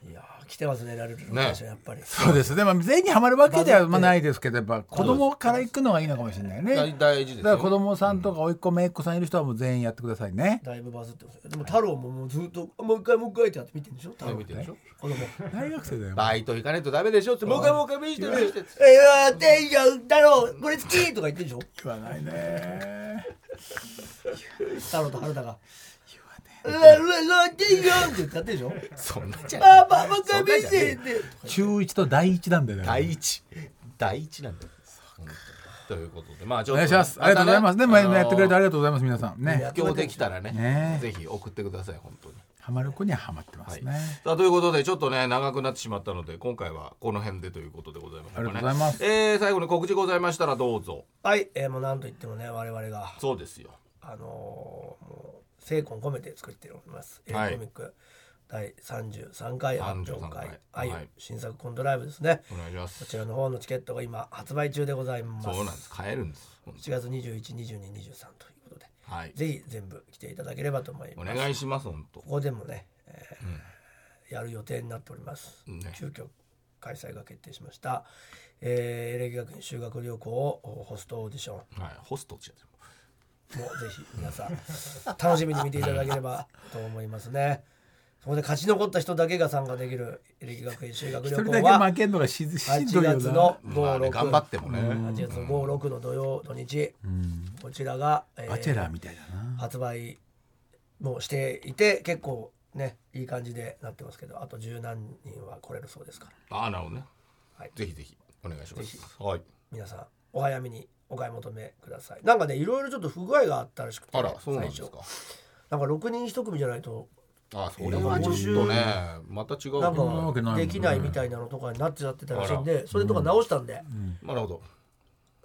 S3: いやー来てますねラルルの
S2: ね
S3: 会社やっぱり、
S4: そうですでも全員にはまるわけではまあないですけどやっぱ子供から行くのがいいのかもしれないね
S2: 大大事です
S4: だから子
S2: よ
S4: 供さんとか甥っ子姪っ子さんいる人はもう全員やってくださいね
S3: だいぶバズってますよでも太郎ももうずっと「もう一回もう一回」ってやって見てるんでしょ太郎
S2: 見てるでしょ
S3: 子供
S4: 大学生だよ
S2: バイト行かないとダメでしょってもう一回もう一回見して見して
S3: 「えやっていいじゃん太郎これ好き!」とか言ってるでしょ
S4: 言わないね
S3: 太郎と春田が「うわうわうわっていいよ!」ってやってるでしょ
S2: *laughs* そんなじ
S3: 「
S2: ゃない
S3: パパもう一回見せて!」
S4: 中一と第一なんだよね
S2: 第一第一なんだよということでまあちょっと
S4: お願いしますありがとうございますね
S2: たね
S4: 前もやってくれて
S2: あ
S4: あ
S2: の
S4: りがとうございます皆さんね
S2: 今日できたらね
S4: ね
S2: ぜひ送ってください本当に
S4: ハマる子にはハマってま
S2: は
S4: す
S2: い
S4: ね、
S2: さあということでちょっとね長くなってしまったので今回はこの辺でということでございます、ね、
S4: ありがとうございます
S2: えー最後に告知ございましたらどうぞ
S3: はい、えー、もう何と言ってもね我々が
S2: そうですよ
S3: あのーもう精魂込めて作っております。エ
S2: はい
S3: コミック第33回発表
S2: 33回
S3: 会あゆ、
S2: はい
S3: 新作コントライブですね。
S2: お願いしま
S3: こ
S2: す
S3: ちらの方のチケットが今発売中でございます。
S2: そうなんです買えるんです本当
S3: 7月21、22、23ということで、
S2: にはい
S3: ぜひ全部来ていただければと思い
S2: お
S3: ます。
S2: 願いします本当
S3: ここでもね、えーやる予定になっております。
S2: ね
S3: 急遽開催が決定しました。えー、エレキ学院修学旅行をホストオーディション。
S2: はいホストち
S3: もうぜひ皆さん楽しみに見ていただければと思いますね。そこで勝ち残った人だけが参加できるエレキ学院修学
S4: 一
S3: 旅
S4: 人
S3: 行
S4: だけ
S3: は
S4: 負けんのがしずしん
S3: 8
S4: どいよ
S3: 月
S4: な
S3: の
S2: まあね
S3: 56
S2: 頑張ってもね
S3: 8月の56の土曜土日こちらが、えー
S4: バチェラーみたいだな
S3: 発売もしていて結構ねいい感じでなってますけどあと十何人は来れるそうですから
S2: ああなるほどね、
S3: はい
S2: ぜひぜひお願いしますはい
S3: 皆さんお早めにお買い求めくださいなんかねいろいろちょっと不具合があったらしくて、
S2: あらそうなんですか
S3: なんか6人1組じゃないと
S2: あそれはちょっとねまた違うけど
S3: なん
S4: なわけな
S3: か
S4: いもんね
S3: できないみたいなのとかになっちゃってたらしいんでそれとか直したんで、
S2: なるほど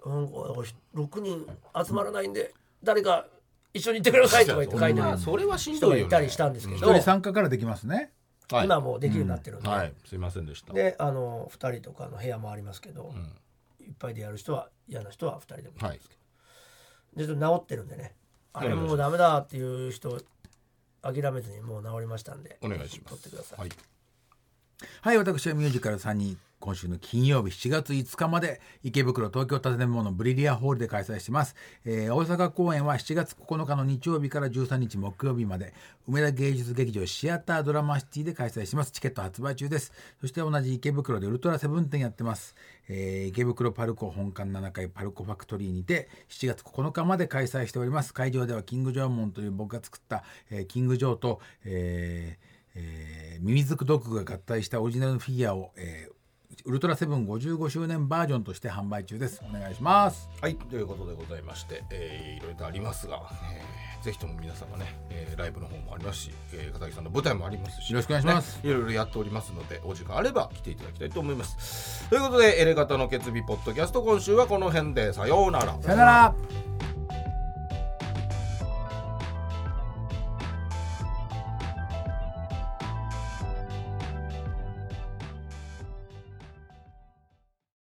S3: うん6人集まらないんで誰か一緒に行ってくださいとか言って書いて
S2: まあ
S3: る
S2: それはしん
S3: 人
S2: ど
S3: が
S2: いよ、ね、
S3: いたりしたんですけ
S4: 一
S3: ど
S4: 人参加からできますね
S2: はい、
S3: 今はもうできるようになってるんで,、
S2: はいすいませんでした
S3: であの2人とかの部屋もありますけど、いっぱいでやる人は嫌な人は2人でもいい
S2: はい
S3: でちょっと治ってるんでねあれもうダメだっていう人諦めずにもう治りましたんで
S2: お願いします
S3: 取ってください、
S2: はい
S4: はい私はミュージカル3人今週の金曜日7月5日まで池袋東京建物のブリリアホールで開催します、えー大阪公演は7月9日の日曜日から13日木曜日まで梅田芸術劇場シアタードラマシティで開催しますチケット発売中ですそして同じ池袋でウルトラセブン展やってます、えー池袋パルコ本館7階パルコファクトリーにて7月9日まで開催しております会場ではキング・ジョーモンという僕が作った、えーキング・ジョーと、えーえーミミズクドッグが合体したオリジナルのフィギュアを、えーウルトラセブン55周年バージョンとして販売中ですお願いします
S2: はい、ということでございまして、えーいろいろとありますが、えーぜひとも皆様ね、えーライブの方もありますし、えー、片木さんの舞台もありますし、
S4: よろしくお願いします
S2: ねいろいろやっておりますので、お時間あれば来ていただきたいと思います。ということで、エレガタの決日ポッドキャスト、今週はこの辺でさようなら。
S4: さよなら